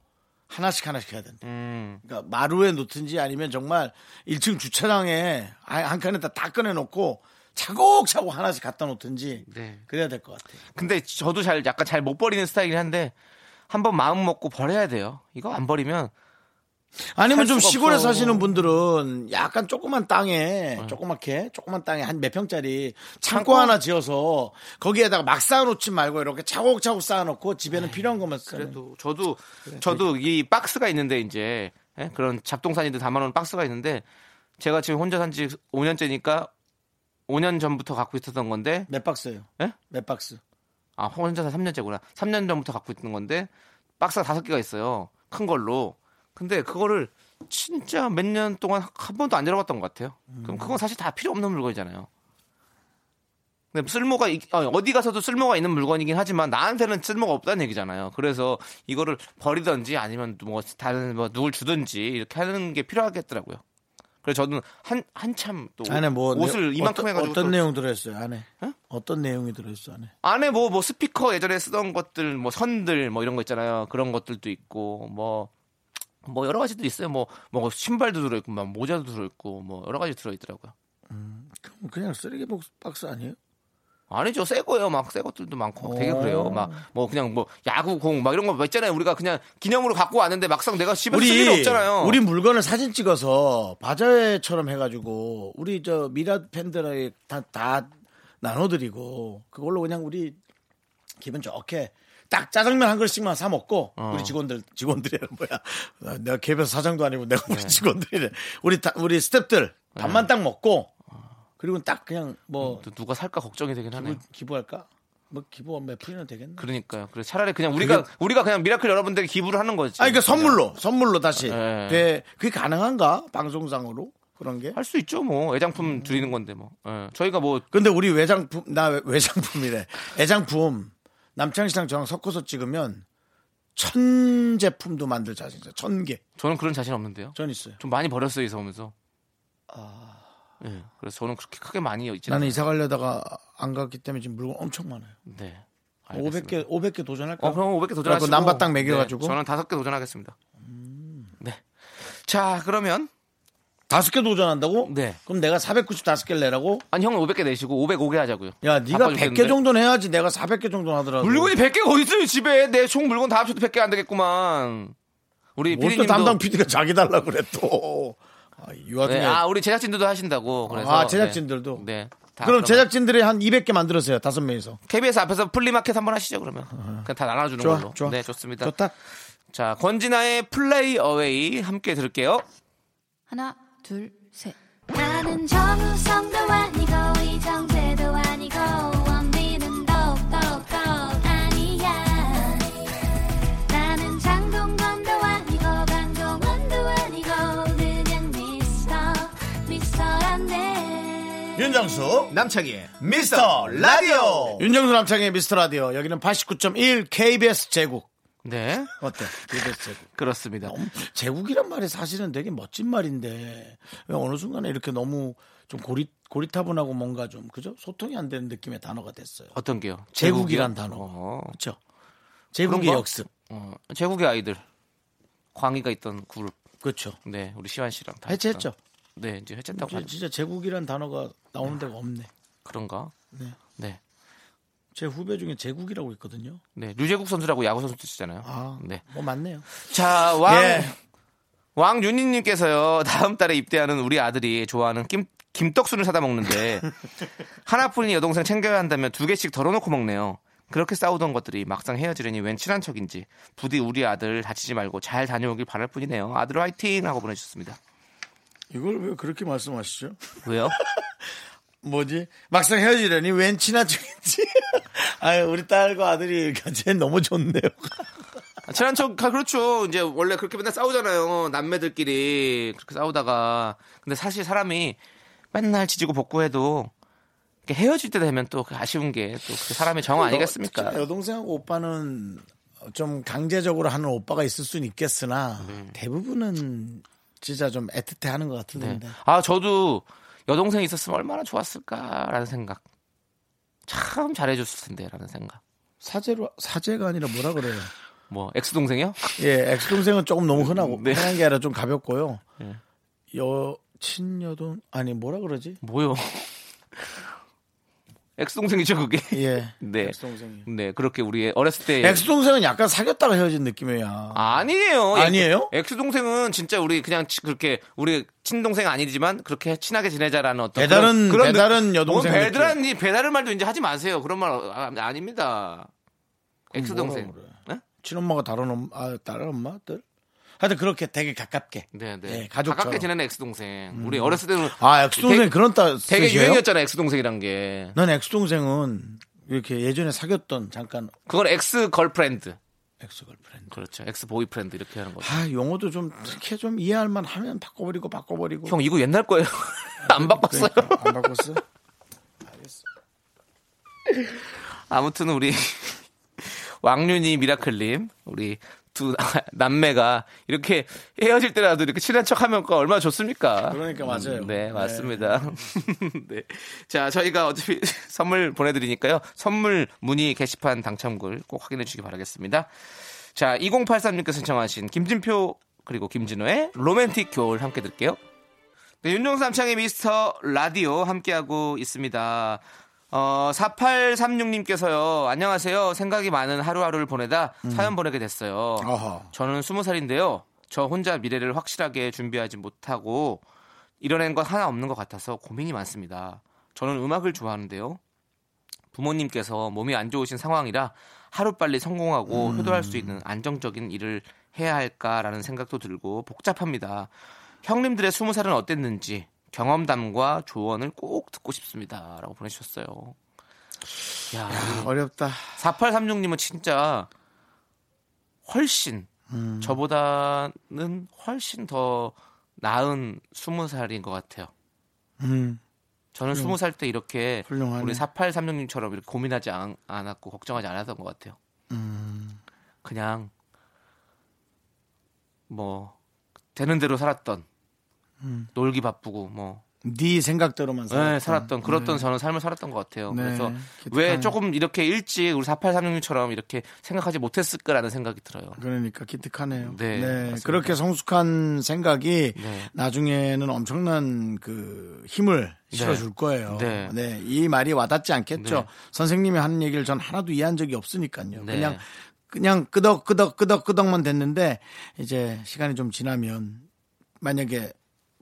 A: 하나씩 하나씩 해야 된다.
B: 음,
A: 그러니까 마루에 놓든지 아니면 정말 1층 주차장에 아예 한 칸에다 다 꺼내놓고 차곡차곡 하나씩 갖다 놓든지
B: 네.
A: 그래야 될 것 같아요.
B: 근데 저도 잘 약간 잘 못 버리는 스타일이긴 한데 한번 마음 먹고 버려야 돼요. 이거 안 버리면
A: 아니면
B: 살
A: 좀
B: 수가
A: 시골에
B: 없어. 음.
A: 사시는 분들은 약간 조그만 땅에 조그맣게 조그만 땅에 한 몇 평짜리 창고, 하나 지어서 거기에다가 막 쌓아놓지 말고 이렇게 차곡차곡 쌓아놓고 집에는 필요한 것만 쓰
B: 그래도 저도 저도 이 박스가 있는데 이제 예? 그런 잡동사니들 담아놓은 박스가 있는데 제가 지금 혼자 산 지 5년째니까 5년 전부터 갖고 있었던 건데
A: 몇 박스예요?
B: 예?
A: 몇 박스?
B: 아 혼자 산 3년째구나 3년 전부터 갖고 있던 건데 박스가 다섯 개가 있어요 큰 걸로 근데 그거를 진짜 몇 년 동안 한 번도 안 열어봤던 것 같아요 그럼 그건 사실 다 필요 없는 물건이잖아요 근데 쓸모가 있- 어, 어디 가서도 쓸모가 있는 물건이긴 하지만 나한테는 쓸모가 없다는 얘기잖아요. 그래서 이거를 버리든지 아니면 뭐 다른 뭐 누굴 주든지 이렇게 하는 게 필요하겠더라고요. 그래서 저는 한 한참 또
A: 안에 뭐
B: 옷을
A: 내-
B: 이만큼
A: 어떤-
B: 해가지고
A: 어떤
B: 또-
A: 내용 들어있어요 안에?
B: 어?
A: 어떤 내용이 들어있어 안에?
B: 안에 뭐 뭐 스피커 예전에 쓰던 것들 뭐 선들 뭐 이런 거 있잖아요. 그런 것들도 있고 뭐 뭐 여러 가지도 있어요. 뭐 뭐 신발도 들어 있고 막 모자도 들어 있고 뭐 여러 가지 들어 있더라고요.
A: 그럼 그냥 쓰레기 복- 박스 아니에요?
B: 아니죠. 새 거예요. 막 새 것들도 많고 되게 그래요. 막 뭐 그냥 뭐 야구공 막 이런 거 있잖아요. 우리가 그냥 기념으로 갖고 왔는데 막상 내가 집에 쓸 일은 없잖아요.
A: 우리 물건을 사진 찍어서 바자회처럼 해가지고 우리 저 미라 팬들에게 다, 다 나눠드리고 그걸로 그냥 우리 기분 좋게 딱 짜장면 한 그릇씩만 사 먹고
B: 어.
A: 우리 직원들 직원들이 뭐야 내가 개별 사장도 아니고 내가
B: 네.
A: 우리 직원들이 우리 다, 우리 스탭들 밥만 딱 먹고
B: 어.
A: 그리고 딱 그냥 뭐
B: 또 누가 살까 걱정이 되긴 하네요.
A: 기부, 할까뭐 기부 몇 푼이나 되겠나?
B: 그러니까요. 그래 차라리 그냥 우리가 우리가 그냥 미라클 여러분들에게 기부를 하는 거지.
A: 아, 그러니까 선물로, 선물로 다시.
B: 예.
A: 네. 그게 가능한가? 방송상으로 그런 게.
B: 할 수 있죠. 뭐 애장품
A: 음.
B: 드리는 건데 뭐. 예. 저희가 뭐
A: 근데 우리 외장품, 나 외- 외장품이래. 애장품 남창희 씨랑 저랑 섞어서 찍으면 천 제품도 만들자 진짜 천 개.
B: 저는 그런 자신 없는데요.
A: 전 있어요.
B: 좀 많이 버렸어요 이사 오면서. 아. 예. 그래서 저는 그렇게 크게 많이 있지는
A: 나는
B: 않아요.
A: 이사 가려다가 안 갔기 때문에 지금 물건 엄청 많아요. 뭐
B: 네. 알겠습니다.
A: 500개, 500개 도전할까?
B: 어, 그럼 500개 도전하시고
A: 남바탕 먹여가지고. 음.
B: 네, 저는 다섯 개 도전하겠습니다. 네. 자, 그러면
A: 다섯 개 도전한다고?
B: 네.
A: 그럼 내가 495개를 내라고?
B: 아니 형은 500개 내시고 505개 하자고요.
A: 야, 네가
B: 바빠
A: 100개
B: 죽겠는데.
A: 정도는 해야지 내가 400개 정도는 하더라고.
B: 물건이 100개가 어디 있어요, 집에. 내 총 물건 다 합쳐도 100개 안 되겠구만. 우리
A: 뭘또
B: 피디님도
A: 담당 PD가 자기 달라고 그래 또. 아, 유아중에.
B: 네, 아, 우리 제작진들도 하신다고. 그래서
A: 아, 제작진들도?
B: 네. 네. 다
A: 그럼
B: 그러면
A: 제작진들이 한 200개 만들었어요. 다섯 명이서.
B: KBS 앞에서 플리마켓 한번 하시죠, 그러면. 그냥 다 나눠 주는
A: 좋아,
B: 걸로.
A: 좋아.
B: 네, 좋습니다.
A: 좋다.
B: 자, 권진아의 플레이 어웨이 함께 들을게요.
J: 하나, 둘, 셋.
E: 나는 정우성도 아니고 이정재도 아니고 원빈은 더욱더 아니야 나는 장동건도 아니고 강동원도 아니고 그냥 미스터 미스터란데
A: 윤정수 남창희의 미스터 라디오 윤정수 남창희의 미스터 라디오 여기는 89.1 KBS 제국
B: 네.
A: 어때? KBS 제국
B: 그렇습니다.
A: 너무 제국이란 말이 사실은 되게 멋진 말인데 왜 어느 순간에 이렇게 너무 좀 고리 고리타분하고 뭔가 좀 그죠 소통이 안 되는 느낌의 단어가 됐어요.
B: 어떤 게요?
A: 제국이란
B: 제국이요?
A: 단어.
B: 어허.
A: 그렇죠? 제국의
B: 그런 거?
A: 역습
B: 어, 제국의 아이들 광희가 있던 그룹
A: 그렇죠.
B: 네 우리 시환 씨랑 다
A: 해체했죠.
B: 있던. 네 이제 해체했다고 하죠
A: 진짜 제국이란 단어가 나오는 데가 없네.
B: 그런가
A: 네.
B: 네.
A: 제 후배 중에 제국이라고 있거든요.
B: 네 류제국 선수라고 야구 선수 있잖아요
A: 아,
B: 네.
A: 뭐 맞네요.
B: 자왕
A: 예.
B: 왕윤희님께서요 다음 달에 입대하는 우리 아들이 좋아하는 김 김떡순을 사다 먹는데 하나뿐인 여동생 챙겨야 한다면 두 개씩 덜어놓고 먹네요. 그렇게 싸우던 것들이 막상 헤어지려니 웬 친한 척인지 부디 우리 아들 다치지 말고 잘 다녀오길 바랄 뿐이네요. 아들 화이팅 하고 보내주셨습니다.
A: 이걸 왜 그렇게 말씀하시죠?
B: 왜요?
A: 뭐지? 막상 헤어지려니 웬 친한 척인지. 아유, 우리 딸과 아들이 같이 너무 좋네요.
B: 친한 척, 아, 그렇죠. 이제 원래 그렇게 맨날 싸우잖아요. 남매들끼리. 그렇게 싸우다가. 근데 사실 사람이 맨날 지지고 볶고해도 이렇게 헤어질 때 되면 또그 아쉬운 게 또 사람의 정 아니겠습니까? 네.
A: 특히나 어, 여동생하고 오빠는 좀 강제적으로 하는 오빠가 있을 수는 있겠으나 대부분은 진짜 좀 애틋해 하는 것
B: 음. 네.
A: 같은데.
B: 아, 저도 여동생이 있었으면 얼마나 좋았을까라는 생각. 참 잘해줬을 텐데라는 생각.
A: 사제로, 사제가 아니라 뭐라 그래요?
B: 뭐, 엑스동생이요?
A: 예, 엑스동생은 조금 너무 흔하고,
B: 네.
A: 흔한 게 아니라 좀 가볍고요.
B: 예.
A: 여, 친여동, 아니, 뭐라 그러지?
B: 뭐요? 엑스동생이죠, 그게?
A: 예.
B: 네.
A: 엑스동생이요.
B: 네, 그렇게 우리 어렸을 때.
A: 엑스동생은 약간 사귀었다가 헤어진 느낌이야.
B: 아니에요.
A: 아니에요?
B: 엑스 동생은 진짜 우리 그냥 치- 그렇게 우리 친동생 아니지만 그렇게 친하게 지내자라는 어떤
A: 배다른-
B: 느-
A: 뭐 배다른 여동생
B: 뭔뭐 배다른 이 배다른 말도 이제 하지 마세요. 그런 말 아, 아닙니다. 엑스 동생. 네?
A: 뭐라 그래? 친엄마가 다른 엄, 아, 다른 엄마들? 하여튼 그렇게 되게 가깝게.
B: 네, 네.
A: 예, 가족처럼.
B: 가깝게 지내는 엑스 동생. 우리 어렸을 때는
A: 아, 엑스동생
B: 되게-
A: 그런 따
B: 되게
A: 뜻이에요?
B: 유행이었잖아, 엑스 동생이란 게.
A: 난 엑스동생은 이렇게 예전에 사귀었던 잠깐
B: 그건 엑스 걸프렌드.
A: 엑스걸프렌드.
B: 그렇죠. 엑스 보이프렌드 이렇게 하는 거죠.
A: 아, 용어도 좀 이렇게 좀 이해할 만 하면 바꿔버리고 바꿔버리고.
B: 형 이거 옛날 거예요. 안 바꿨어요.
A: 그러니까 안 바꿨어?
B: 아무튼 우리 왕윤이 미라클님 우리 두 남매가 이렇게 헤어질 때라도 이렇게 친한 척하면 그 얼마나 좋습니까?
A: 그러니까 맞아요.
B: 음, 네
A: 네.
B: 맞습니다. 네. 자 저희가 어차피 선물 보내드리니까요 선물 문의 게시판 당첨글 꼭 확인해 주시기 바라겠습니다. 자 2083님께서 신청하신 김진표 그리고 김진호의 로맨틱 겨울 함께 들게요. 네, 윤종삼창의 미스터 라디오 함께하고 있습니다. 어, 4836님께서요. 안녕하세요. 생각이 많은 하루하루를 보내다 사연 보내게 됐어요. 저는 20살인데요. 저 혼자 미래를 확실하게 준비하지 못하고 이뤄낸 것 하나 없는 것 같아서 고민이 많습니다. 저는 음악을 좋아하는데요. 부모님께서 몸이 안 좋으신 상황이라 하루빨리 성공하고 효도할 수 있는 안정적인 일을 해야 할까라는 생각도 들고 복잡합니다. 형님들의 스무 살은 어땠는지 경험담과 조언을 꼭 듣고 싶습니다. 라고 보내주셨어요. 야,
A: 어렵다.
B: 4836님은 진짜 훨씬
A: 음.
B: 저보다는 훨씬 더 나은 스무 살인 것 같아요.
A: 음.
B: 저는
A: 훌륭-
B: 스무 살 때 이렇게
A: 훌륭하네.
B: 우리 4836님처럼 이렇게 고민하지 않, 않았고 걱정하지 않았던 것 같아요.
A: 음.
B: 그냥 뭐 되는 대로 살았던
A: 음.
B: 놀기 바쁘고 뭐
A: 네 생각대로만 살았던,
B: 네, 살았던 그랬던
A: 네.
B: 저는 삶을 살았던 것 같아요.
A: 네,
B: 그래서
A: 기특하네.
B: 왜 조금 이렇게 일찍 우리 4836님처럼 이렇게 생각하지 못했을까라는 생각이 들어요.
A: 그러니까 기특하네요.
B: 네,
A: 네,
B: 맞습니다.
A: 그렇게 성숙한 생각이
B: 네.
A: 나중에는 엄청난 그 힘을 실어줄 거예요.
B: 네.
A: 네. 이 말이 와닿지 않겠죠.
B: 네.
A: 선생님이 하는 얘기를 전 하나도 이해한 적이 없으니까요.
B: 네.
A: 그냥 그냥 끄덕 끄덕 끄덕 끄덕만 됐는데 이제 시간이 좀 지나면 만약에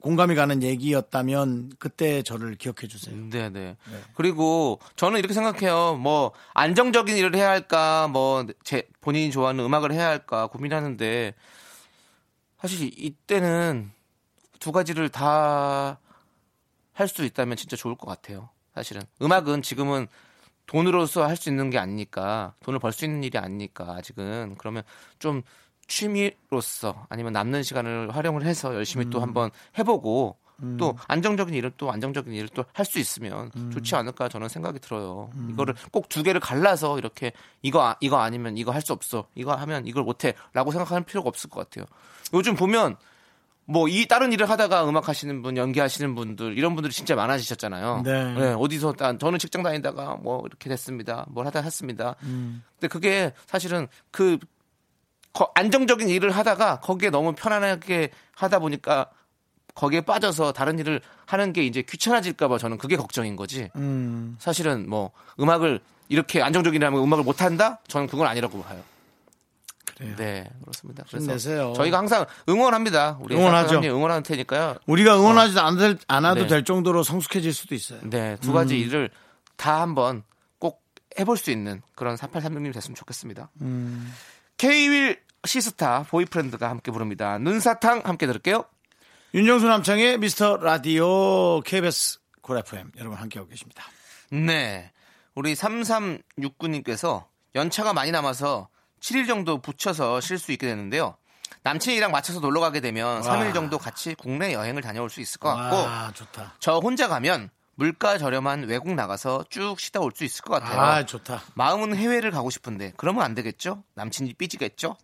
A: 공감이 가는 얘기였다면 그때 저를 기억해 주세요.
B: 네, 네. 그리고 저는 이렇게 생각해요. 뭐 안정적인 일을 해야 할까, 뭐 제 본인이 좋아하는 음악을 해야 할까 고민하는데 사실 이때는 두 가지를 다 할 수 있다면 진짜 좋을 것 같아요. 사실은 음악은 지금은 돈으로서 할 수 있는 게 아니니까 돈을 벌 수 있는 일이 아니니까 아직은 그러면 좀 취미로서 아니면 남는 시간을 활용을 해서 열심히 또 한번 해보고 또 안정적인 일을 또 안정적인 일을 또 할 수 있으면 좋지 않을까 저는 생각이 들어요. 이거를 꼭 두 개를 갈라서 이렇게 이거 아- 이거 아니면 이거 할 수 없어. 이거 하면 이걸 못해라고 생각하는 필요가 없을 것 같아요. 요즘 보면 뭐 이 다른 일을 하다가 음악 하시는 분, 연기 하시는 분들 이런 분들이 진짜 많아지셨잖아요.
A: 네.
B: 어디서 다 저는 직장 다니다가 뭐 이렇게 됐습니다. 뭘 하다 했습니다.
A: 음.
B: 근데 그게 사실은 그 거- 안정적인 일을 하다가 거기에 너무 편안하게 하다 보니까 거기에 빠져서 다른 일을 하는 게 이제 귀찮아질까봐 저는 그게 걱정인 거지.
A: 음.
B: 사실은 뭐 음악을 이렇게 안정적이라면 음악을 못 한다? 저는 그건 아니라고 봐요.
A: 그래요.
B: 네, 그렇습니다. 그래서
A: 힘내세요.
B: 저희가 항상 응원합니다. 우리
A: 응원하죠.
B: 사랑하는 형님 응원하는 테니까요.
A: 우리가 응원하지 않을, 않아도
B: 어. 네.
A: 될 정도로 성숙해질 수도 있어요.
B: 네, 두
A: 음.
B: 가지 일을 다 한번 꼭 해볼 수 있는 그런 4836님 됐으면 좋겠습니다.
A: 음.
B: K-윌 시스타 보이프렌드가 함께 부릅니다. 눈사탕 함께 들을게요.
A: 윤정수 남창의 미스터 라디오 KBS 콜 FM 여러분 함께하고 계십니다.
B: 네. 우리 3369님께서 연차가 많이 남아서 7일 정도 붙여서 쉴 수 있게 되는데요. 남친이랑 맞춰서 놀러 가게 되면 3일 정도 같이 국내 여행을 다녀올 수 있을 것 같고
A: 아 좋다.
B: 저 혼자 가면 물가 저렴한 외국 나가서 쭉 쉬다 올 수 있을 것 같아요.
A: 아 좋다.
B: 마음은 해외를 가고 싶은데 그러면 안 되겠죠? 남친이 삐지겠죠?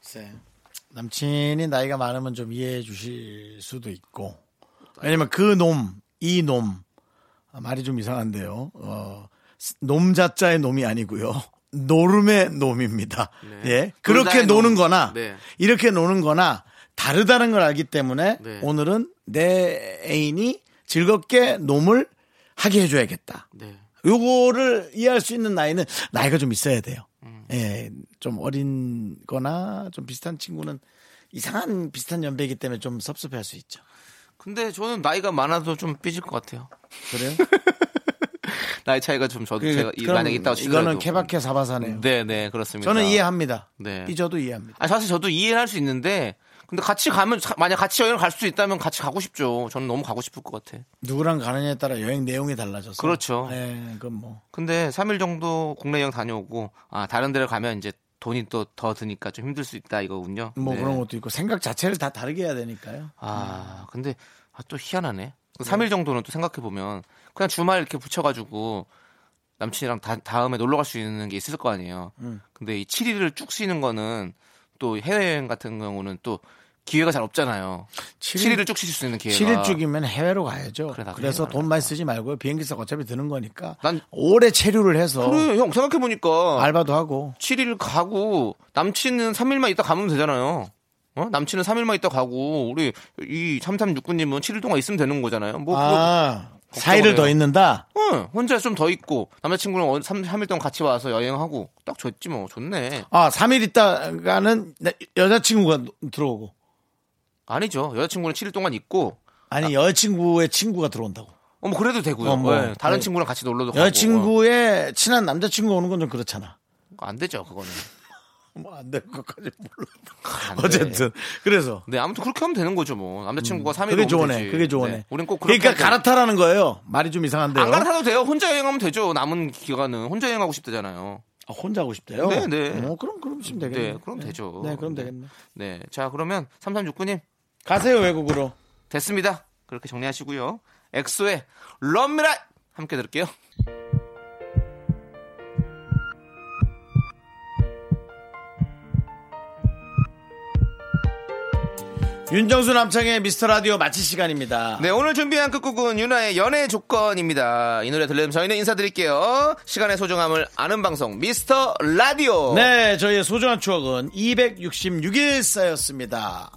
A: 쎄. 네. 남친이 나이가 많으면 좀 이해해 주실 수도 있고 왜냐면 그 놈, 이 놈. 아, 말이 좀 이상한데요. 어, 놈 자자의 놈이 아니고요. 노름의 놈입니다.
B: 네.
A: 예. 그렇게
B: 놀다의
A: 노는
B: 놈.
A: 거나
B: 네.
A: 이렇게 노는 거나 다르다는 걸 알기 때문에
B: 네.
A: 오늘은 내 애인이 즐겁게 놈을 하게 해줘야겠다.
B: 네.
A: 요거를 이해할 수 있는 나이는 나이가 좀 있어야 돼요.
B: 음.
A: 예, 좀 어린 거나 좀 비슷한 친구는 이상한 비슷한 연배이기 때문에 좀 섭섭해 할 수 있죠.
B: 근데 저는 나이가 많아도 좀 삐질 것 같아요.
A: 그래요?
B: 나이 차이가 좀 저도 제가 이
A: 그럼
B: 만약에 있다고
A: 이거는
B: 치더라도 음.
A: 케바케 사바사네요.
B: 네, 네, 그렇습니다.
A: 저는 이해합니다.
B: 네.
A: 삐져도 이해합니다.
B: 아 사실 저도 이해할 수 있는데 근데 같이 가면 사- 만약 같이 여행 갈 수 있다면 같이 가고 싶죠. 저는 너무 가고 싶을 것 같아.
A: 누구랑 가느냐에 따라 여행 내용이 달라져서.
B: 그렇죠.
A: 예, 그건 뭐.
B: 근데 3일 정도 국내 여행 다녀오고 아 다른 데를 가면 이제 돈이 또 더 드니까 좀 힘들 수 있다 이거군요.
A: 뭐
B: 네.
A: 그런 것도 있고 생각 자체를 다 다르게 해야 되니까요. 음.
B: 아 근데 아, 또 희한하네. 3일 정도는 또 생각해 보면 그냥 주말 이렇게 붙여가지고 남친이랑 다, 음에 놀러 갈 수 있는 게 있을 거 아니에요.
A: 음.
B: 근데 이 7일을 쭉 쉬는 거는 또 해외여행 같은 경우는 또 기회가 잘 없잖아요. 7일을 쭉 쉬실 수 있는 기회가
A: 7일 쭉이면 해외로 가야죠.
B: 그래, 나도
A: 그래서
B: 해외로
A: 돈 많이 쓰지 말고요. 비행기값 어차피 드는 거니까.
B: 난-
A: 오래 체류를 해서
B: 그래, 형 생각해 보니까
A: 어. 알바도 하고.
B: 7일 가고 남친은 3일만 있다 가면 되잖아요. 어? 남친은 3일만 있다 가고 우리 이 3369님은 7일 동안 있으면 되는 거잖아요. 뭐 그거
A: 아, 사이를 더
B: 해요.
A: 있는다.
B: 응, 혼자 좀 더 있고 남자친구랑 3, 삼일 동안 같이 와서 여행하고 딱 좋지 뭐 좋네.
A: 아, 3일 있다가는 내- 여자친구가 들어오고.
B: 아니죠. 여자친구는 7일 동안 있고
A: 아니, 여자친구의 친구가 들어온다고.
B: 어, 뭐 그래도 되고요.
A: 어, 뭐.
B: 예, 다른
A: 네.
B: 친구랑 같이 놀러도 가고.
A: 여자친구의 친한 남자친구 오는 건 좀 그렇잖아.
B: 어, 안 되죠, 그거는.
A: 뭐 안 될 것까지 몰라.
B: 안 돼.
A: 어쨌든 그래서
B: 네, 아무튼 그렇게 하면 되는 거죠, 뭐. 남자친구가 3일
A: 그게 좋네. 그게 좋네.
B: 우린 꼭 그렇게
A: 그러니까
B: 하죠.
A: 갈아타라는 거예요. 말이 좀 이상한데요.
B: 안 갈아타도 돼요. 혼자 여행하면 되죠. 남은 기간은 혼자 여행하고 싶다잖아요.
A: 아, 혼자 하고 싶대요.
B: 네, 네.
A: 어, 그럼 그럼 지금 되겠네.
B: 네, 그럼 되죠.
A: 네, 그럼
B: 네.
A: 되겠네.
B: 네. 자, 그러면 3369님
A: 가세요 외국으로.
B: 됐습니다. 그렇게 정리하시고요. 엑소의 럼미라 함께 들을게요.
A: 윤정수 남창의 미스터 라디오 마칠 시간입니다.
B: 네, 오늘 준비한 끝곡은 유나의 연애 조건입니다. 이 노래 들려면 저희는 인사드릴게요. 시간의 소중함을 아는 방송 미스터 라디오.
A: 네, 저희의 소중한 추억은 266일 쌓였습니다.